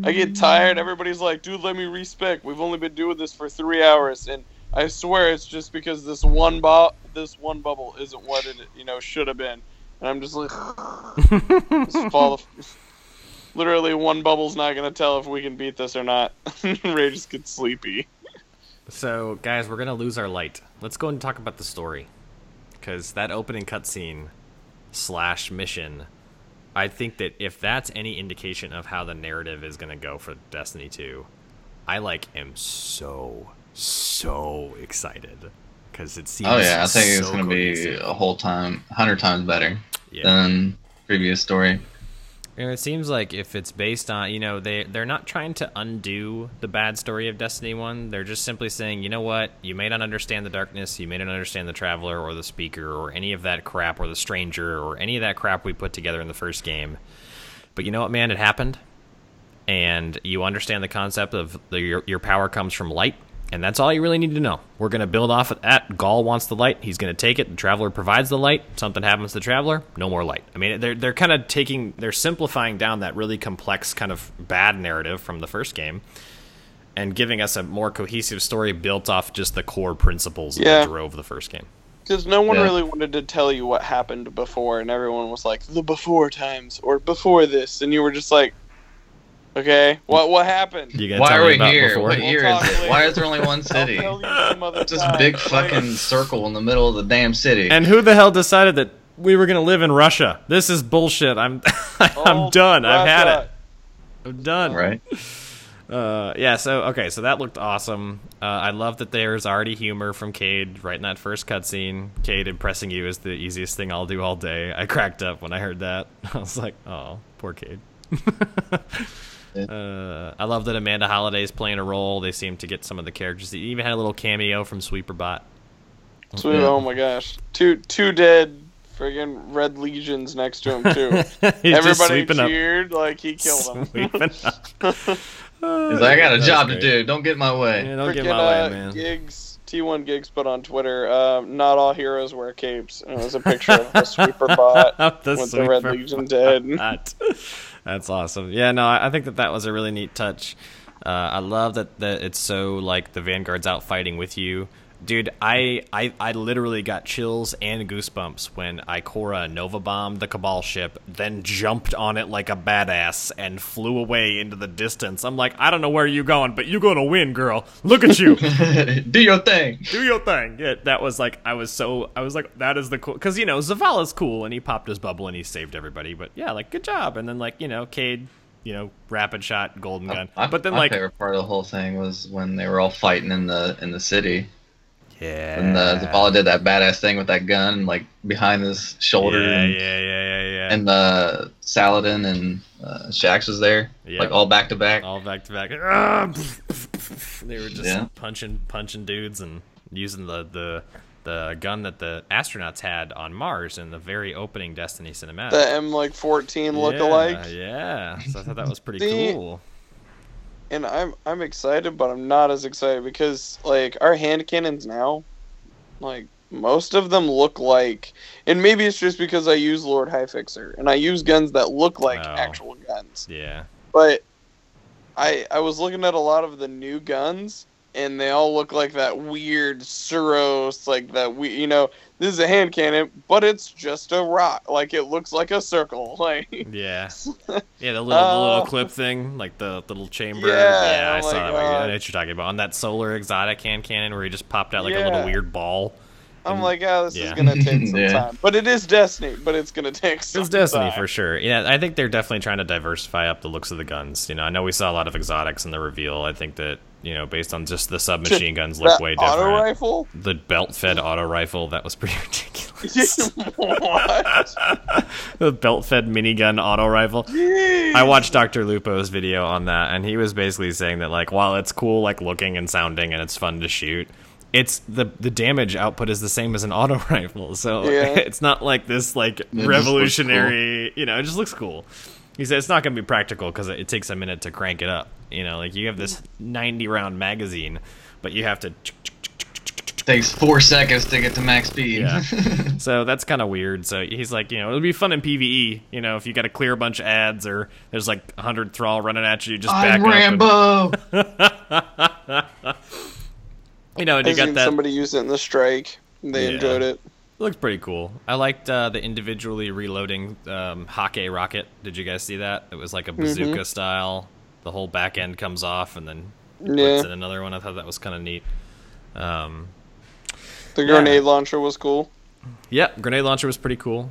S3: I get tired. Everybody's like, dude, let me respec. We've only been doing this for three hours, and I swear it's just because this one bo- this one bubble isn't what it you know should have been. And I'm just like, just fall. the- Literally, one bubble's not gonna tell if we can beat this or not. Ray just gets sleepy.
S1: So, guys, we're gonna lose our light. Let's go and talk about the story, because that opening cutscene slash mission. I think that if that's any indication of how the narrative is gonna go for Destiny Two, I like am so so excited because it seems.
S2: Oh yeah, I think
S1: so
S2: it's gonna be
S1: cohesive.
S2: a whole time, hundred times better
S1: Yeah.
S2: than previous story.
S1: And it seems like if it's based on, you know, they they're not trying to undo the bad story of Destiny 1. They're just simply saying, you know what, you may not understand the darkness, you may not understand the traveler or the speaker or any of that crap or the stranger or any of that crap we put together in the first game. But you know what, man, it happened. And you understand the concept of the, your, your power comes from light, and that's all you really need to know. We're going to build off of that. Gaul wants the light. He's going to take it. The Traveler provides the light. Something happens to the Traveler. No more light. I mean, they're, they're kind of taking, they're simplifying down that really complex kind of bad narrative from the first game and giving us a more cohesive story built off just the core principles
S3: Yeah.
S1: that drove the first game.
S3: Because no one
S2: Yeah.
S3: really wanted to tell you what happened before, and everyone was like the before times or before this, and you were just like, okay, what what happened?
S1: You gonna
S2: Why
S1: tell
S2: are
S1: me
S2: we
S1: about
S2: here?
S1: before?
S2: What
S3: We'll
S2: year is
S3: talk
S2: it? Why
S3: later.
S2: is there only one
S3: I'll
S2: city?
S3: tell you some other
S2: It's this
S3: time.
S2: big
S3: Wait.
S2: fucking circle in the middle of the damn city.
S1: And who the hell decided that we were gonna live in Russia? This is bullshit. I'm I'm
S3: Oh,
S1: done. I've had it.
S3: Russia.
S1: I'm done.
S2: right?
S1: Uh, yeah. So okay. So that looked awesome. Uh, I love that there's already humor from Cade right in that first cutscene. Cade impressing you is the easiest thing I'll do all day. I cracked up when I heard that. I was like, oh, poor Cade. Uh, I love that Amanda Holiday's playing a role. They seem to get some of the characters. They even had a little cameo from Sweeperbot.
S3: Sweet. Oh my gosh. Two two dead friggin' red legions next to him too.
S1: He's just
S3: Everybody
S1: sweeping up.
S3: cheered like he killed him.
S1: Sweeping up.
S2: He's like, I got
S1: That
S2: a
S1: was
S2: job to
S1: great.
S2: do. Don't get in my
S1: Yeah,
S2: way.
S1: don't get in
S3: Friggin',
S1: my
S3: uh,
S1: way, man.
S3: Gigs T1 Gigs put on Twitter, uh, not all heroes wear capes. And it was a picture of the sweeper bot
S1: The
S3: with the red
S1: sweeper
S3: legion dead.
S1: bot. That's awesome. Yeah, no, I I think that that was a really neat touch. Uh, I love that, that it's so like the Vanguard's out fighting with you. Dude, I, I I literally got chills and goosebumps when Ikora Nova bombed the Cabal ship, then jumped on it like a badass and flew away into the distance. I'm like, I don't know where you going, but you gonna win, girl. Look at you.
S2: do your thing.
S1: do your thing. Yeah, that was like I was so I was like that is the cool because you know Zavala's cool and he popped his bubble and he saved everybody. But yeah, like good job. And then like you know Cade, you know rapid shot golden gun.
S2: My-
S1: but then
S2: my
S1: like
S2: favorite part of the whole thing was when they were all fighting in the in the city.
S1: yeah,
S2: And uh, Zavala did that badass thing with that gun, like behind his shoulder.
S1: yeah, yeah,
S2: and,
S1: yeah, yeah, yeah,
S2: and uh, Saladin and uh, Shax was there,
S1: Yeah.
S2: like all back to back.
S1: all back to back. Ah, they were just
S2: Yeah.
S1: punching punching dudes and using the the the gun that the astronauts had on Mars in the very opening Destiny cinematic.
S3: The M like 14 look
S1: yeah,
S3: alike.
S1: Yeah, so I thought that was pretty
S3: The-
S1: cool.
S3: and I'm I'm excited, but I'm not as excited because like our hand cannons now, like most of them look like, and maybe it's just because I use Lord Highfixer and I use guns that look like
S1: Oh.
S3: actual guns.
S1: Yeah.
S3: but I I was looking at a lot of the new guns, and they all look like that weird Suros, like that we you know this is a hand cannon, but it's just a rock, like it looks like a circle, like
S1: Yeah. Yeah, the little, the
S3: Oh.
S1: little clip thing, like the little chamber.
S3: Yeah,
S1: Yeah, I
S3: oh
S1: saw
S3: my
S1: that. one. I
S3: God.
S1: know what you're talking about. On that solar exotic hand cannon where he just popped out like a
S3: Yeah.
S1: little weird ball.
S3: I'm like, oh, this
S1: Yeah.
S3: is gonna take some
S2: Yeah.
S3: time, but it is Destiny, but it's gonna take some
S1: It's Destiny
S3: time.
S1: for sure. Yeah, I think they're definitely trying to diversify up the looks of the guns. You know, I know we saw a lot of exotics in the reveal. I think that, you know, based on just the submachine guns look
S3: that
S1: way different.
S3: auto rifle.
S1: The belt fed auto rifle, that was pretty ridiculous.
S3: what?
S1: the belt fed minigun auto rifle. I watched Dr. Lupo's video on that, and he was basically saying that like while it's cool like looking and sounding and it's fun to shoot, it's the the damage output is the same as an auto rifle. So
S3: Yeah.
S1: it's not like this like
S2: looks
S1: revolutionary, you know, it just looks cool. He said it's not going to be practical cuz it, it takes a minute to crank it up. You know, like you have this 90 round magazine, but you have to
S2: Takes four seconds to get to max speed.
S1: Yeah. So that's kind of weird. So he's like, you know, it'll be fun in PVE, you know, if you got to clear a bunch of ads or there's like 100 thrall running at you, just back
S2: I'm
S1: up. and-
S2: Rambo.
S1: you know, and you
S3: I've
S1: got
S3: seen
S1: that.
S3: somebody use it in the strike. They
S1: Yeah.
S3: enjoyed it.
S1: Looks pretty cool. I liked uh, the individually reloading um, Hake rocket. Did you guys see that? It was
S3: Mm-hmm.
S1: like a bazooka style. The whole back end comes off and then
S3: Yeah,
S1: puts in another one. I thought that was kind of neat. Um,
S3: the grenade launcher was cool.
S1: Yeah, grenade launcher was pretty cool.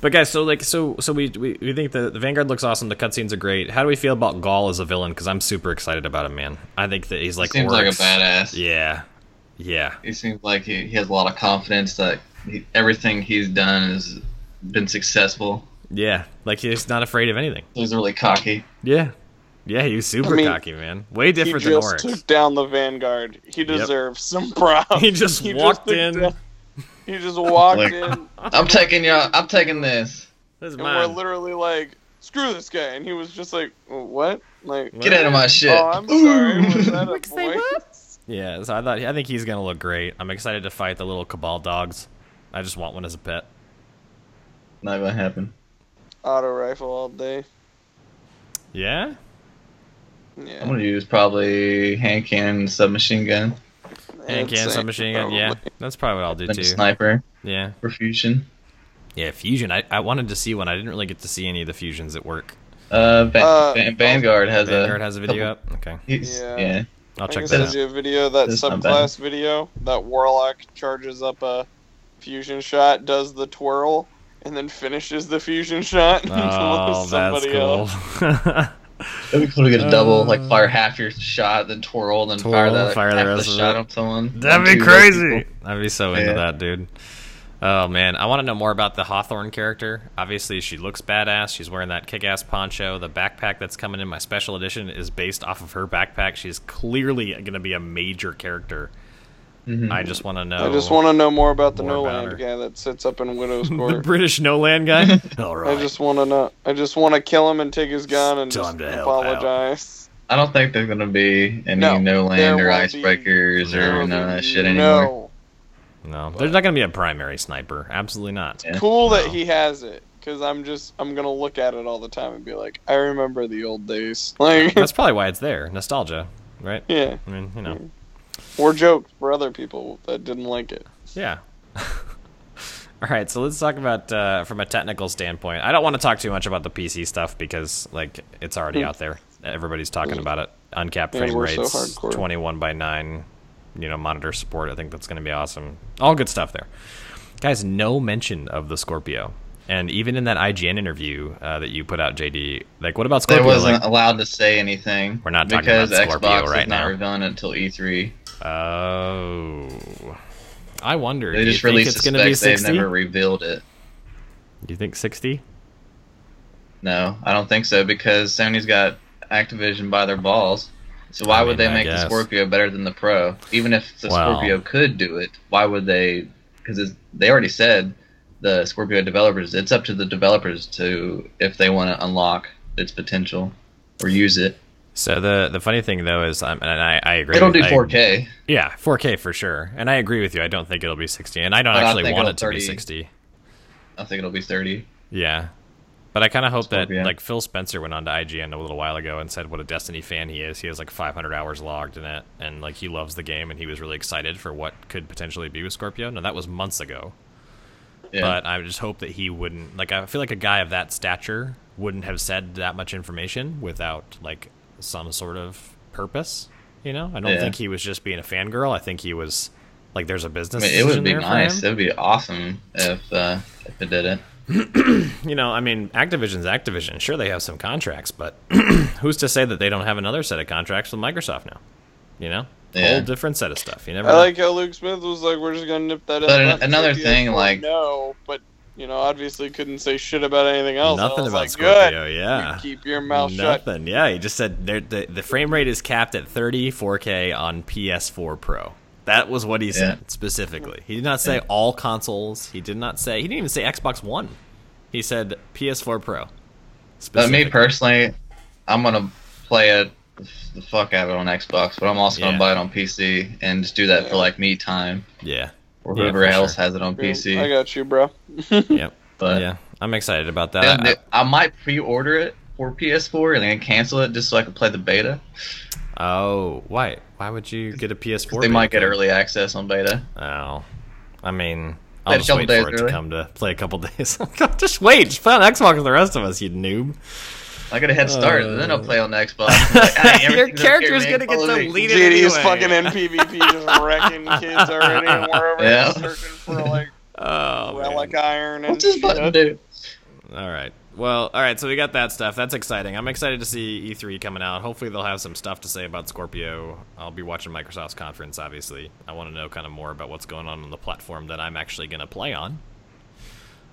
S1: But guys, so like, so so we we, we think the, the Vanguard looks awesome. The cutscenes are great. How do we feel about Gaul as a villain? Because I'm super excited about him, man. I think that he's like
S2: Seems like a
S1: Oryx.
S2: badass.
S1: Yeah, yeah,
S2: He seems like he, he has a lot of confidence that he, everything he's done has been successful.
S1: yeah. Like he's not afraid of anything.
S2: He's really cocky.
S1: Yeah, yeah. He was super
S3: I mean,
S1: cocky, man. Way
S3: He
S1: different than
S3: just
S1: Oryx.
S3: took down the Vanguard. He deserves some props.
S1: He just walked
S3: took
S1: in.
S3: down- he just walked
S2: Like-
S3: in, and
S2: I'm taking you. I'm taking this.
S1: This is
S3: we're
S1: mine.
S3: literally like, "Screw this guy," and he was just like, "What?" Like,
S1: What?
S2: Get out of my shit.
S3: "Oh, I'm sorry. Was that a
S4: Say
S3: boy?"
S4: what?
S1: Yeah. So I thought I think he's gonna look great. I'm excited to fight the little Cabal dogs. I just want one as a pet.
S2: Not gonna happen.
S3: Auto rifle all day.
S1: Yeah.
S3: Yeah.
S2: I'm gonna use probably hand cannon, submachine gun,
S1: And
S3: I'd
S1: can
S3: say
S1: submachine gun. Yeah.
S3: probably.
S1: That's probably what I'll do
S2: then
S1: too.
S2: sniper,
S1: Yeah.
S2: perfusion,
S1: Yeah, Fusion. I, I wanted to see one. I didn't really get to see any of the Fusions at work.
S2: Uh, Va-
S3: Uh,
S2: Va- Vanguard has
S1: Vanguard
S2: a
S1: has a video
S2: couple-
S1: up. Okay.
S2: He's,
S3: Yeah.
S2: yeah.
S1: I'll
S3: I
S1: check
S3: can
S1: that
S3: send
S1: out.
S3: you a video. That
S2: That's not bad.
S3: subclass video. That warlock charges up a fusion shot, does the twirl, and then finishes the fusion shot. and
S1: Oh,
S3: blows
S1: that's
S3: somebody
S1: cool.
S3: up.
S2: It'd be cool to get a double,
S1: Uh,
S2: like fire half your shot, then twirl, then fire
S1: twirl,
S2: the,
S1: fire the
S2: half
S1: rest
S2: the
S1: of
S2: shot
S1: it.
S2: on someone.
S1: That'd
S2: One,
S1: be
S2: two,
S1: crazy.
S2: people.
S1: I'd be so into
S2: Yeah.
S1: that, dude. Oh man, I want to know more about the Hawthorne character. Obviously, she looks badass. She's wearing that kick-ass poncho. The backpack that's coming in my special edition is based off of her backpack. She's clearly going to be a major character.
S2: Mhm.
S1: I just want to know.
S3: I just want to know more about the
S1: More
S3: No
S1: about
S3: Land
S1: her.
S3: guy that sits up in Widow's
S1: the
S3: Court.
S1: British no land guy. All
S3: I
S1: right.
S3: just want to know. I just want to kill him and take his gun and
S1: It's time
S3: just
S1: to help out.
S3: apologize.
S2: I don't think there's gonna be any
S3: No,
S2: no,
S3: there
S2: land or
S3: won't be-
S2: icebreakers
S1: there
S2: or
S1: will
S3: Um,
S2: none of that shit anymore.
S3: no.
S1: No, there's not going to be a primary sniper. Absolutely not.
S2: Yeah.
S3: Cool that
S1: No.
S3: he has it, because I'm just I'm gonna look at it all the time and be like, I remember the old days. Like,
S1: That's probably why it's there. Nostalgia, right?
S3: yeah,
S1: I mean, you know,
S3: or jokes for other people that didn't like it.
S1: yeah. All right, so let's talk about uh, from a technical standpoint. I don't want to talk too much about the PC stuff because like it's already out there. Everybody's talking about it. Uncapped
S3: Yeah,
S1: frame
S3: we're so
S1: rates,
S3: hardcore.
S1: 21 by 9, you know, monitor support. I think that's going to be awesome. All good stuff there. Guys, no mention of the Scorpio. And even in that IGN interview uh, that you put out, JD, like what about
S2: They
S1: Scorpio?
S2: wasn't
S1: Like-
S2: allowed to say anything.
S1: We're not talking
S2: because
S1: about Scorpio
S2: Xbox
S1: right
S2: is not
S1: now.
S2: revealing it until E E3.
S1: Oh, I wonder.
S2: They
S1: do
S2: just
S1: you
S2: really
S1: think it's going to be
S2: suspect they've
S1: sixty?
S2: never revealed it.
S1: Do you think sixty?
S2: No, I don't think so because Sony's got Activision by their balls. So why
S1: I mean,
S2: would they
S1: I
S2: make
S1: guess.
S2: the Scorpio better than the Pro? Even if the
S1: Well.
S2: Scorpio could do it, why would they? Because they already said the Scorpio developers. It's up to the developers to if they want to unlock its potential or use it.
S1: So the the funny thing though is, um, and I, I agree.
S2: It'll do
S1: I-
S2: 4K.
S1: Yeah, 4K for sure. And I agree with you. I don't think it'll be 60, and I don't
S2: I don't
S1: actually
S2: think
S1: want
S2: it'll
S1: it to be
S2: 30.
S1: 60.
S2: I think it'll be 30.
S1: Yeah, but I kind of hope that
S2: probably, yeah.
S1: like Phil Spencer went on to IGN a little while ago and said what a Destiny fan he is. He has like 500 hours logged in it, and like he loves the game, and he was really excited for what could potentially be with Scorpio. Now that was months ago,
S2: Yeah.
S1: but I just hope that he wouldn't like. I feel like a guy of that stature wouldn't have said that much information without like some sort of purpose. You know, I don't
S2: Yeah.
S1: think he was just being a fangirl. I think he was like, there's a
S2: I
S1: business.
S2: mean, it would
S1: decision
S2: be
S1: there for
S2: nice.
S1: him.
S2: It would be awesome if uh, if it did it.
S1: you know, I mean, Activision's Activision. Sure, they have some contracts, but who's to say that they don't have another set of contracts with Microsoft now? You know,
S2: Yeah.
S1: whole different set of stuff. You never.
S3: I
S1: know.
S3: like how Luke Smith was like, "We're just gonna nip that." in
S2: But
S3: the
S2: an-
S3: bud."
S2: another
S3: Like,
S2: thing,
S3: PS4
S2: like-
S3: no, but you know, obviously couldn't say shit about anything else.
S1: nothing
S3: I was
S1: about
S3: like,
S1: Scorpio.
S3: Good.
S1: Yeah.
S3: You keep your mouth shut.
S1: Nothing. Yeah, he just said there- the the frame rate is capped at 30 4K on PS4 Pro. That was what he said
S2: Yeah.
S1: specifically. He did not say all consoles. He did not say. He didn't even say Xbox One. He said PS4 Pro.
S2: But me
S1: specifically.
S2: personally, I'm gonna play it the fuck out of it on Xbox, but I'm also
S1: Yeah.
S2: gonna buy it on PC and just do that for like me time
S1: Yeah.
S2: or
S1: Yeah, for
S2: whoever else
S1: sure.
S2: has it on PC.
S3: I got you, bro.
S1: Yep.
S2: but
S1: yeah. Uh, I'm excited about that.
S2: Then
S1: I-
S2: they- I might pre-order it for PS4 and then cancel it just so I can play the beta.
S1: Oh, why? Why would you get a PS4?
S2: They
S1: beta
S2: might get
S1: code?
S2: early access on beta.
S1: Oh, I mean,
S2: Play
S1: I'll
S2: a
S1: just
S2: couple
S1: wait
S2: days
S1: for it to
S2: early.
S1: come to play a couple days. just wait, just play on Xbox with the rest of us, you noob.
S2: I got a head start, and then I'll play on Xbox. Like, hey,
S1: Your
S2: everything's up
S1: character
S2: here,
S1: is
S2: man,
S1: gonna get
S2: follow me.
S1: deleted
S3: GD's
S1: anyway.
S3: fucking NPVP just wrecking kids already, and we're over
S2: Yeah.
S3: here searching for like
S1: Oh, man.
S3: relic iron and
S2: What's this button
S3: shit.
S2: do?
S1: all right. Well, all right. So we got that stuff. That's exciting. I'm excited to see E3 coming out. Hopefully, they'll have some stuff to say about Scorpio. I'll be watching Microsoft's conference. Obviously, I want to know kind of more about what's going on on the platform that I'm actually going to play on.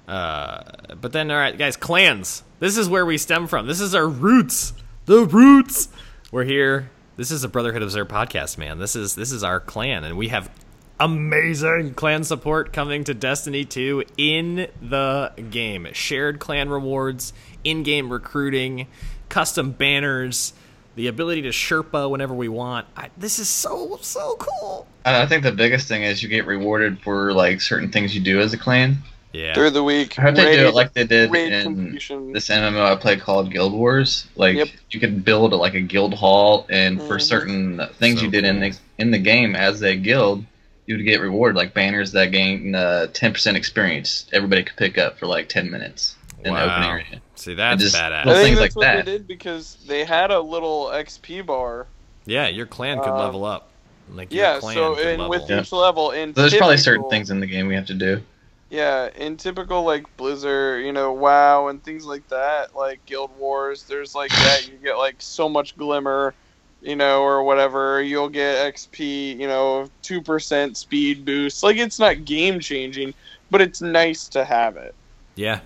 S1: Uh, but then, all right, guys, clans. This is where we stem from. This is our roots. The roots. We're here. This is a Brotherhood of Zer podcast, man. This is this is our clan, and we have amazing clan support coming to Destiny 2 in the game. Shared clan rewards, in-game recruiting, custom banners, the ability to Sherpa whenever we want. I, this is so so cool.
S2: Uh, I I think the biggest thing is you get rewarded for like certain things you do as a clan.
S1: Yeah.
S3: Through the week,
S2: I hope they do
S3: raid-
S2: it like they did
S3: raid
S2: in
S3: completion.
S2: this MMO I play called Guild Wars. Like
S3: Yep.
S2: you could build like a guild hall, and for
S3: Mhm.
S2: certain things
S1: So
S2: you did in the in the game as a guild, you would get reward like banners that gain uh, ten percent experience. Everybody could pick up for like ten minutes in the open
S1: Wow.
S2: area.
S1: See, that's
S2: just-
S1: badass.
S3: I
S2: Well,
S3: think
S2: things
S3: that's
S2: like
S3: what
S2: that.
S3: they did because they had a little XP bar.
S1: Yeah, your clan could
S3: Uh,
S1: level up. Like your
S3: Yeah,
S1: clan
S3: so
S1: could
S3: and
S1: level.
S3: with
S2: Yeah.
S3: each level, in
S2: So there's probably certain
S3: typical-
S2: things in the game we have to do.
S3: Yeah, in typical like Blizzard, you know, WoW and things like that, like Guild Wars, there's like that. You get like so much glimmer, you know, or whatever. You'll get XP, you know, two percent speed boost. Like it's not game changing, but it's nice to have it.
S1: Yeah.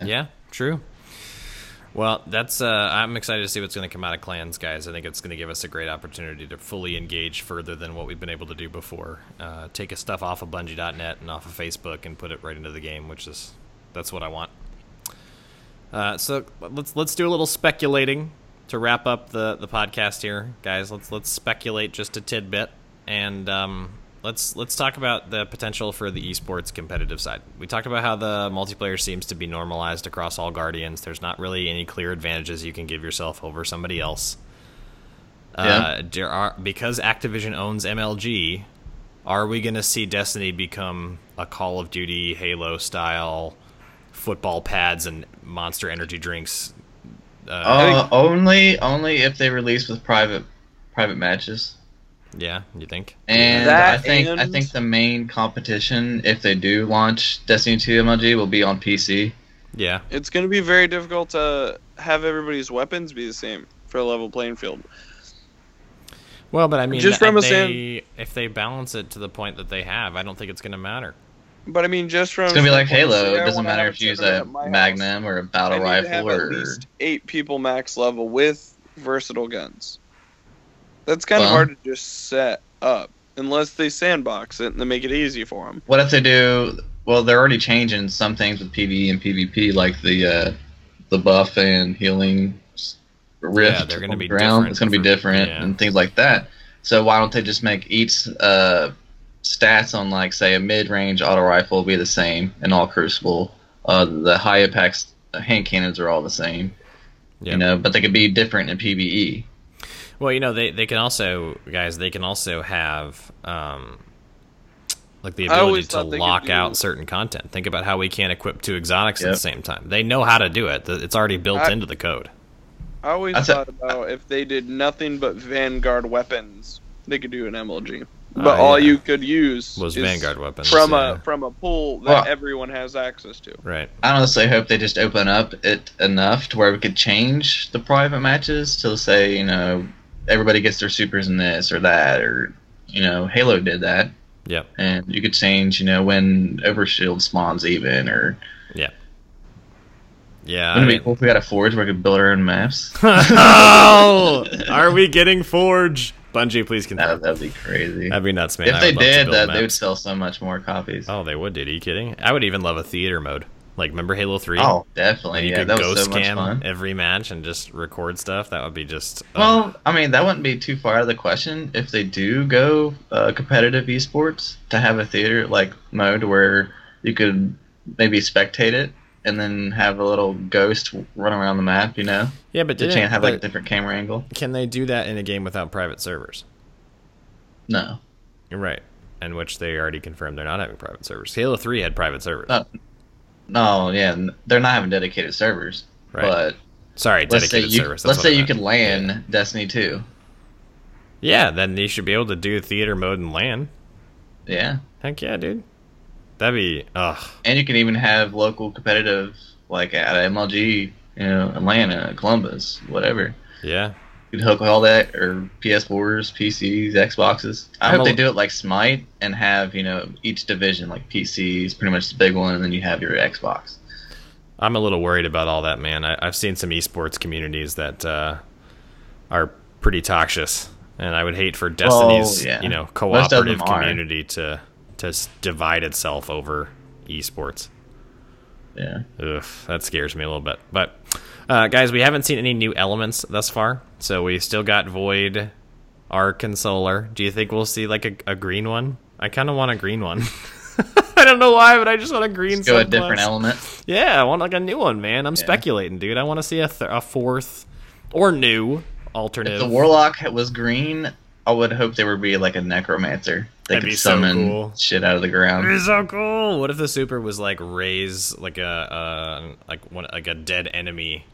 S1: Yeah, true. Well, that's uh I'm excited to see what's going to come out of clans, guys. I think it's going to give us a great opportunity to fully engage further than what we've been able to do before. Uh take his stuff off of bungie.net and off of Facebook and put it right into the game, which is that's what I want. Uh so let's let's do a little speculating to wrap up the the podcast here, guys. Let's let's speculate just a tidbit and um let's let's talk about the potential for the esports competitive side. We talked about how the multiplayer seems to be normalized across all guardians. There's not really any clear advantages you can give yourself over somebody else. Uh, there are, because Activision owns MLG, are we going to see Destiny become a Call of Duty, Halo style football pads and monster energy drinks?
S3: Oh.
S2: Uh, only only if they release with private private matches.
S1: Yeah, you think?
S2: And
S3: That
S2: I think I
S3: and-
S2: think the main competition, if they do launch Destiny 2 MLG, will be on PC.
S1: Yeah.
S3: It's going to be very difficult to have everybody's weapons be the same for a level playing field.
S1: Well, but I mean,
S3: Just
S1: if
S3: from a
S1: they, if they balance it to the point that they have, I don't think it's going to matter.
S3: But I mean, just from
S2: It's gonna be like
S3: standpoint, say
S2: Halo.
S3: I
S2: It doesn't
S3: wanna
S2: matter
S3: have
S2: if you use
S3: tournament
S2: a
S3: at my house.
S2: Magnum or a
S3: I
S2: battle
S3: need to have
S2: rifle
S3: at
S2: or
S3: least eight people max level with versatile guns. That's kind of
S2: Well-
S3: hard to just set up, unless they sandbox it and they make it easy for them.
S2: what if they do? Well, they're already changing E some things with PVE and PvP, like the uh, the buff and healing s- rift
S1: Yeah, they're gonna
S2: on the
S1: be
S2: ground.
S1: different
S2: It's going to be
S1: for-
S2: different
S1: yeah.
S2: and things like that. So why don't they just make each uh, stats on like say a mid-range auto rifle be the same in all Crucible? Uh, the high impact hand cannons are all the same,
S1: Yeah.
S2: you know, but they could be different in E. PVE.
S1: Well, you know, they, they can also guys, they can also have um like the
S3: I
S1: ability
S3: always
S1: to
S3: thought they could
S1: lock
S3: do-
S1: out certain content. Think about how we can't equip two exotics at
S2: Yep.
S1: the same time. They know how to do it. Th- It's already built
S3: I-
S1: into the code.
S3: I always
S2: That's a-
S3: thought about if they did nothing but Vanguard weapons, they could do an MLG. But
S1: Uh,
S3: all
S1: yeah.
S3: you could use
S1: Those
S3: is
S1: Vanguard weapons
S3: from
S1: yeah.
S3: a from a pool that
S2: Well-
S3: everyone has access to.
S1: right.
S2: I honestly hope they just open up it enough to where we could change the private matches to say, you know, everybody gets their supers in this or that, or, you know, Halo did that.
S1: Yep.
S2: And you could change, you know, when Overshield spawns even, or.
S1: Yeah. I
S2: Wouldn't it
S1: mean-
S2: be cool if we had a forge where we could build our own maps?
S1: oh, are we getting Forge? Bungie, please confirm.
S2: That would be crazy.
S1: That'd be nuts, man. I
S2: if they
S1: would love to
S2: did
S1: build
S2: that, they would
S1: maps.
S2: sell so much more copies. Oh,
S1: Oh, they would, dude. Are you kidding? I would even love a theater mode. Like, remember Halo 3? And
S2: definitely.
S1: you
S2: Oh, Yeah,
S1: could
S2: that was
S1: ghost
S2: so much
S1: cam
S2: fun.
S1: every match and just record stuff. That would be just. uh,
S2: Well, I mean, that wouldn't be too far out of the question if they do go uh, competitive esports to have a theater like mode where you could maybe spectate it and then have a little ghost run around the map. You know,
S1: yeah, but
S2: the
S1: didn't-
S2: chance have like a
S1: but
S2: different camera angle.
S1: can they do that in a game without private servers?
S2: No,
S1: You're right. In which they already confirmed they're not having private servers. Halo 3 had private servers.
S2: Uh, no, yeah, n- they're not having dedicated servers.
S1: Right.
S2: But
S1: Sorry,
S2: let's say
S1: dedicated
S2: you
S1: servers. that's
S2: let's
S1: what
S2: say
S1: I
S2: you
S1: meant.
S2: could land Destiny two.
S1: Yeah, then you should be able to do theater mode and LAN.
S2: Yeah,
S1: Heck yeah, dude. That'd be. Ugh.
S2: and you can even have local competitive like at MLG, you know, Atlanta, Columbus, whatever.
S1: Yeah.
S2: You could hook all that or PS4s, PCs, Xboxes. I
S1: I'm
S2: hope
S1: a-
S2: they do it like Smite and have you know each division like PCs, pretty much the big one, and then you have your Xbox.
S1: I'm a little worried about all that, man. I, I've seen some esports communities that uh, are pretty toxic, and I would hate for Destiny's,
S2: yeah.
S1: you know,
S2: Most of them
S1: cooperative
S2: are.
S1: community to to s- divide itself over esports.
S2: Yeah,
S1: Ugh, that scares me a little bit. But uh, guys, we haven't seen any new elements thus far, so we still got Void, Arc, and Solar. Do you think we'll see like a, a green one? I kind of want a green one. I don't know why, but I just want a green.
S2: go a different
S1: subclass.
S2: element.
S1: Yeah, I want like a new one, man. I'm speculating, dude. I want to see a, th- a fourth or new alternative.
S2: If the Warlock was green, I would hope there would be like a Necromancer. They
S1: That'd
S2: could
S1: be so
S2: summon
S1: cool.
S2: shit out of the ground.
S1: That'd be so cool. What if the super was like raise like a uh, like one like a dead enemy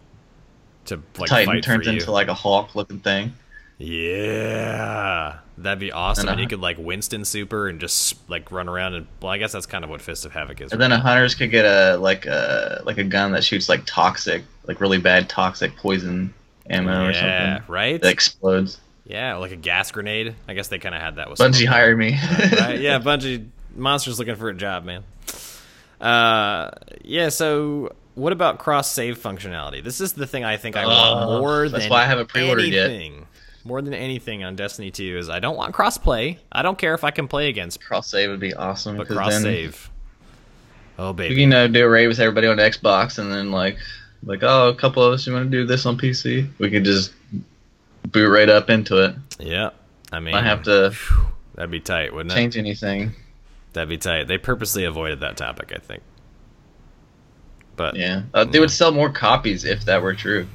S1: to like
S2: Titan
S1: fight
S2: turns
S1: for you?
S2: into like a hawk-looking thing.
S1: yeah, that'd be awesome.
S2: And a
S1: And you
S2: hun-
S1: could like Winston super and just like run around and well, I guess that's kind of what Fist of Havoc is.
S2: And then a hunters could get a like a like a gun that shoots like toxic, like really bad toxic poison ammo or
S1: yeah,
S2: something
S1: right?
S2: that explodes.
S1: yeah, like a gas grenade. I guess they kind of had that with
S2: Bungie hire me.
S1: right? Yeah, Bungie monsters looking for a job, man. Uh, yeah. So, what about cross save functionality? This is the thing I think I want
S2: Uh,
S1: more
S2: that's
S1: than
S2: why I haven't pre-ordered yet.
S1: anything. More than anything on Destiny 2 is I don't want cross play. I don't care if I can play against,
S2: Cross save would be awesome.
S1: but
S2: 'cause
S1: cross
S2: then
S1: save. Oh
S2: You
S1: baby,
S2: can, you know, do a raid with everybody on Xbox, and then like like oh, a couple of us, you want to do this on PC? We could just boot right up into it.
S1: yeah. I mean,
S2: I have to
S1: That'd be tight, wouldn't it?
S2: change anything.
S1: That'd be tight. They purposely avoided that topic, I think. But
S2: Yeah, uh, they would sell more copies if that were true.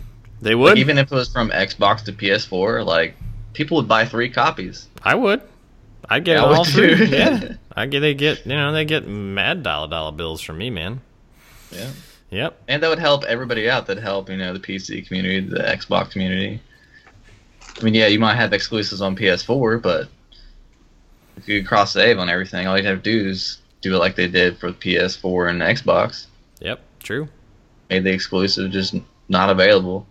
S1: they would.
S2: Like, even if it was from Xbox to PS4, like people would buy three copies.
S1: I would. I get
S2: Yeah, I
S1: all
S2: would
S1: three.
S2: too.
S1: Yeah, I get. They get. You know, they get mad dollar dollar bills from me, man.
S2: Yeah.
S1: Yep.
S2: And that would help everybody out. That'd help, you know, the PC community, the Xbox community. I mean, yeah, you might have exclusives on PS4, but if you cross save on everything, all you'd have to do is do it like they did for PS4 and Xbox.
S1: Yep. True.
S2: Made the exclusive just not available.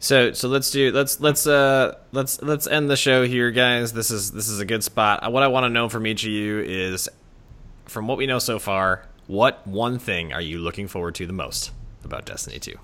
S1: So so let's do let's let's uh let's let's end the show here, guys. This is this is a good spot. Uh, What I want to know from each of you is, from what we know so far, what one thing are you looking forward to the most about Destiny Two?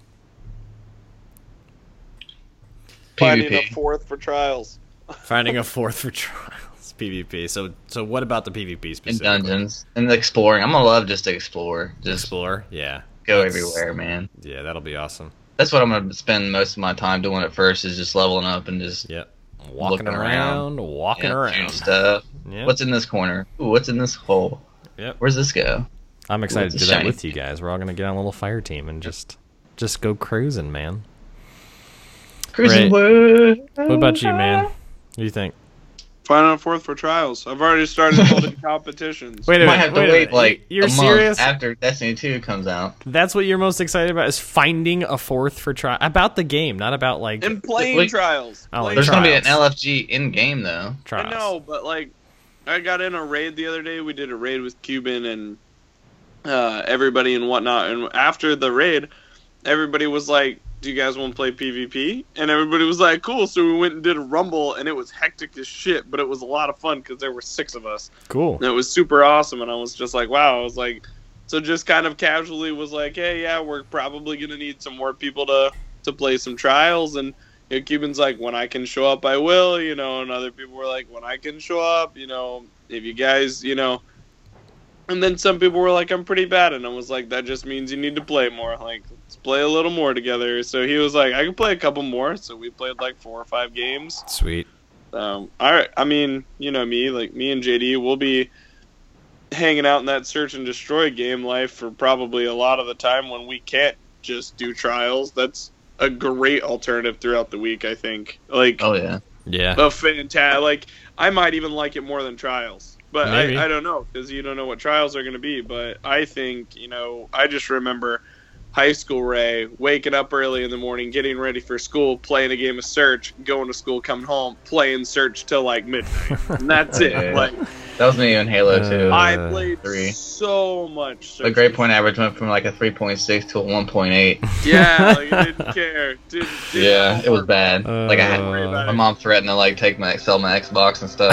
S3: Finding a
S2: PvP.
S3: fourth for trials.
S1: Finding a fourth for trials PvP. So so what about the PvP
S2: And
S1: specifically?
S2: dungeons. And exploring. I'm going to love just to explore. Just
S1: Explore. Yeah.
S2: go
S1: That's-
S2: everywhere, man.
S1: Yeah, that'll be awesome.
S2: That's what I'm gonna spend most of my time doing at first is just leveling up and just
S1: Yep. Walking
S2: Looking
S1: around,
S2: around.
S1: walking
S2: yeah, shooting
S1: around.
S2: stuff.
S1: Yep.
S2: What's in this corner? Ooh, what's in this hole?
S1: Yep.
S2: Where's this go?
S1: I'm excited to
S2: Ooh,
S1: do
S2: it's
S1: that
S2: shiny.
S1: with you guys. We're all gonna get on a little fire team and just just go cruising, man. Right.
S2: Cruising wood.
S1: What about you, man? What do you think?
S3: Final and fourth for trials. I've already started holding competitions.
S1: Wait a
S2: You
S1: minute.
S2: might have to
S1: wait a
S2: wait
S1: minute.
S2: like
S1: you're
S2: a month
S1: serious?
S2: after Destiny 2 comes out.
S1: That's what you're most excited about is finding a fourth for try about the game, not about like
S3: And playing
S2: Wait.
S3: trials.
S1: Oh,
S3: Playing
S2: There's gonna be an
S1: Trials.
S2: LFG in game though.
S1: trials.
S3: I know, but like, I got in a raid the other day. We did a raid with Cuban and uh, everybody and whatnot. And after the raid, everybody was like, "Do you guys want to play PvP?" And everybody was like, "Cool." So we went and did a rumble, and it was hectic as shit, but it was a lot of fun because there were six of us,
S1: Cool.
S3: and it was super awesome. And I was just like, "Wow!" I was like, so just kind of casually was like, "Hey, yeah, we're probably gonna need some more people to to play some trials and you know, Cuban's like, when I can show up, I will, you know, and other people were like, when I can show up, you know, if you guys, you know, and then some people were like, I'm pretty bad, and I was like, that just means you need to play more, like, let's play a little more together. So he was like, I can play a couple more, so we played like four or five games.
S1: Sweet.
S3: Um, I, I mean, you know me, like me and JD will be hanging out in that search and destroy game life for probably a lot of the time when we can't just do trials. That's a great alternative throughout the week, I think. Like
S2: Oh yeah.
S1: Yeah.
S3: a fantastic, like I might even like it more than trials, but
S1: Maybe.
S3: I, I don't know because you don't know what trials are going to be. But I think you know, I just remember high school Ray waking up early in the morning, getting ready for school, playing a game of Search, going to school, coming home, playing Search till like midnight, and that's
S2: Yeah.
S3: it. Like
S2: That was me in Halo
S1: Uh,
S2: 2.
S3: I played
S2: three.
S3: so much. Search.
S2: the grade point average went from like a 3.6 to a 1.8.
S3: Yeah, like, I didn't care. Didn't, didn't
S2: yeah, it was bad.
S1: Uh,
S2: like I had
S3: worry about
S2: my
S3: it.
S2: mom threatened to like take my sell my Xbox and stuff.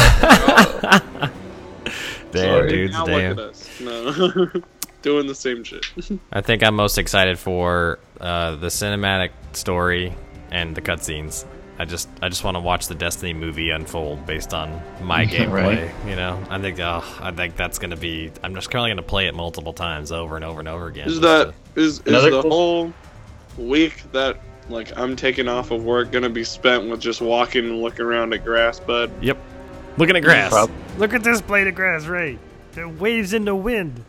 S1: damn,
S2: Sorry.
S1: dudes,
S3: Now
S1: damn.
S3: look at us. No. Doing the same shit.
S1: I think I'm most excited for uh, the cinematic story and the cutscenes. I just I just want to watch the Destiny movie unfold based on my gameplay. You know, I think oh, I think that's gonna be. I'm just currently gonna play it multiple times over and over and over again.
S3: is
S1: just
S3: that
S1: to-
S3: is, is
S2: Another
S3: the
S2: cool-
S3: whole week that like I'm taking off of work gonna be spent with just walking and looking around at grass bud?
S1: Yep. Looking at grass.
S2: Prob-
S1: Look at this blade of grass, Ray. The waves in the wind.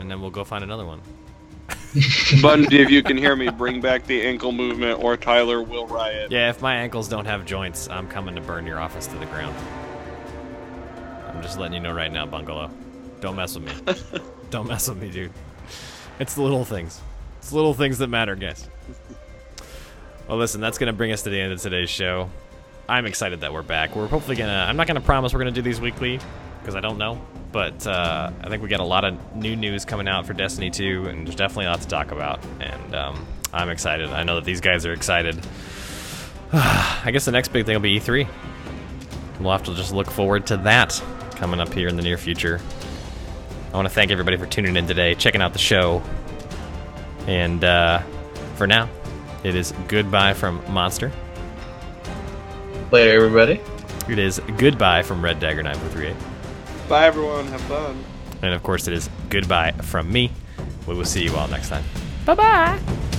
S1: And then we'll go find another one.
S3: Bundy, if you can hear me, bring back the ankle movement or Tyler will riot.
S1: Yeah, if my ankles don't have joints, I'm coming to burn your office to the ground. I'm just letting you know right now, Bungalow. Don't mess with me. don't mess with me, dude. It's the little things. It's the little things that matter, guys. Well, listen, that's going to bring us to the end of today's show. I'm excited that we're back. We're hopefully going to, I'm not going to promise we're going to do these weekly because I don't know. But uh, I think we got a lot of new news coming out for Destiny 2, and there's definitely a lot to talk about. And um, I'm excited. I know that these guys are excited. I guess the next big thing will be E3. We'll have to just look forward to that coming up here in the near future. I want to thank everybody for tuning in today, checking out the show. And uh, for now, it is goodbye from Monster.
S2: Later, everybody.
S1: It is goodbye from Red Dagger 9438.
S3: Bye everyone, have fun.
S1: And of course, it is goodbye from me. We will see you all next time.
S4: Bye bye.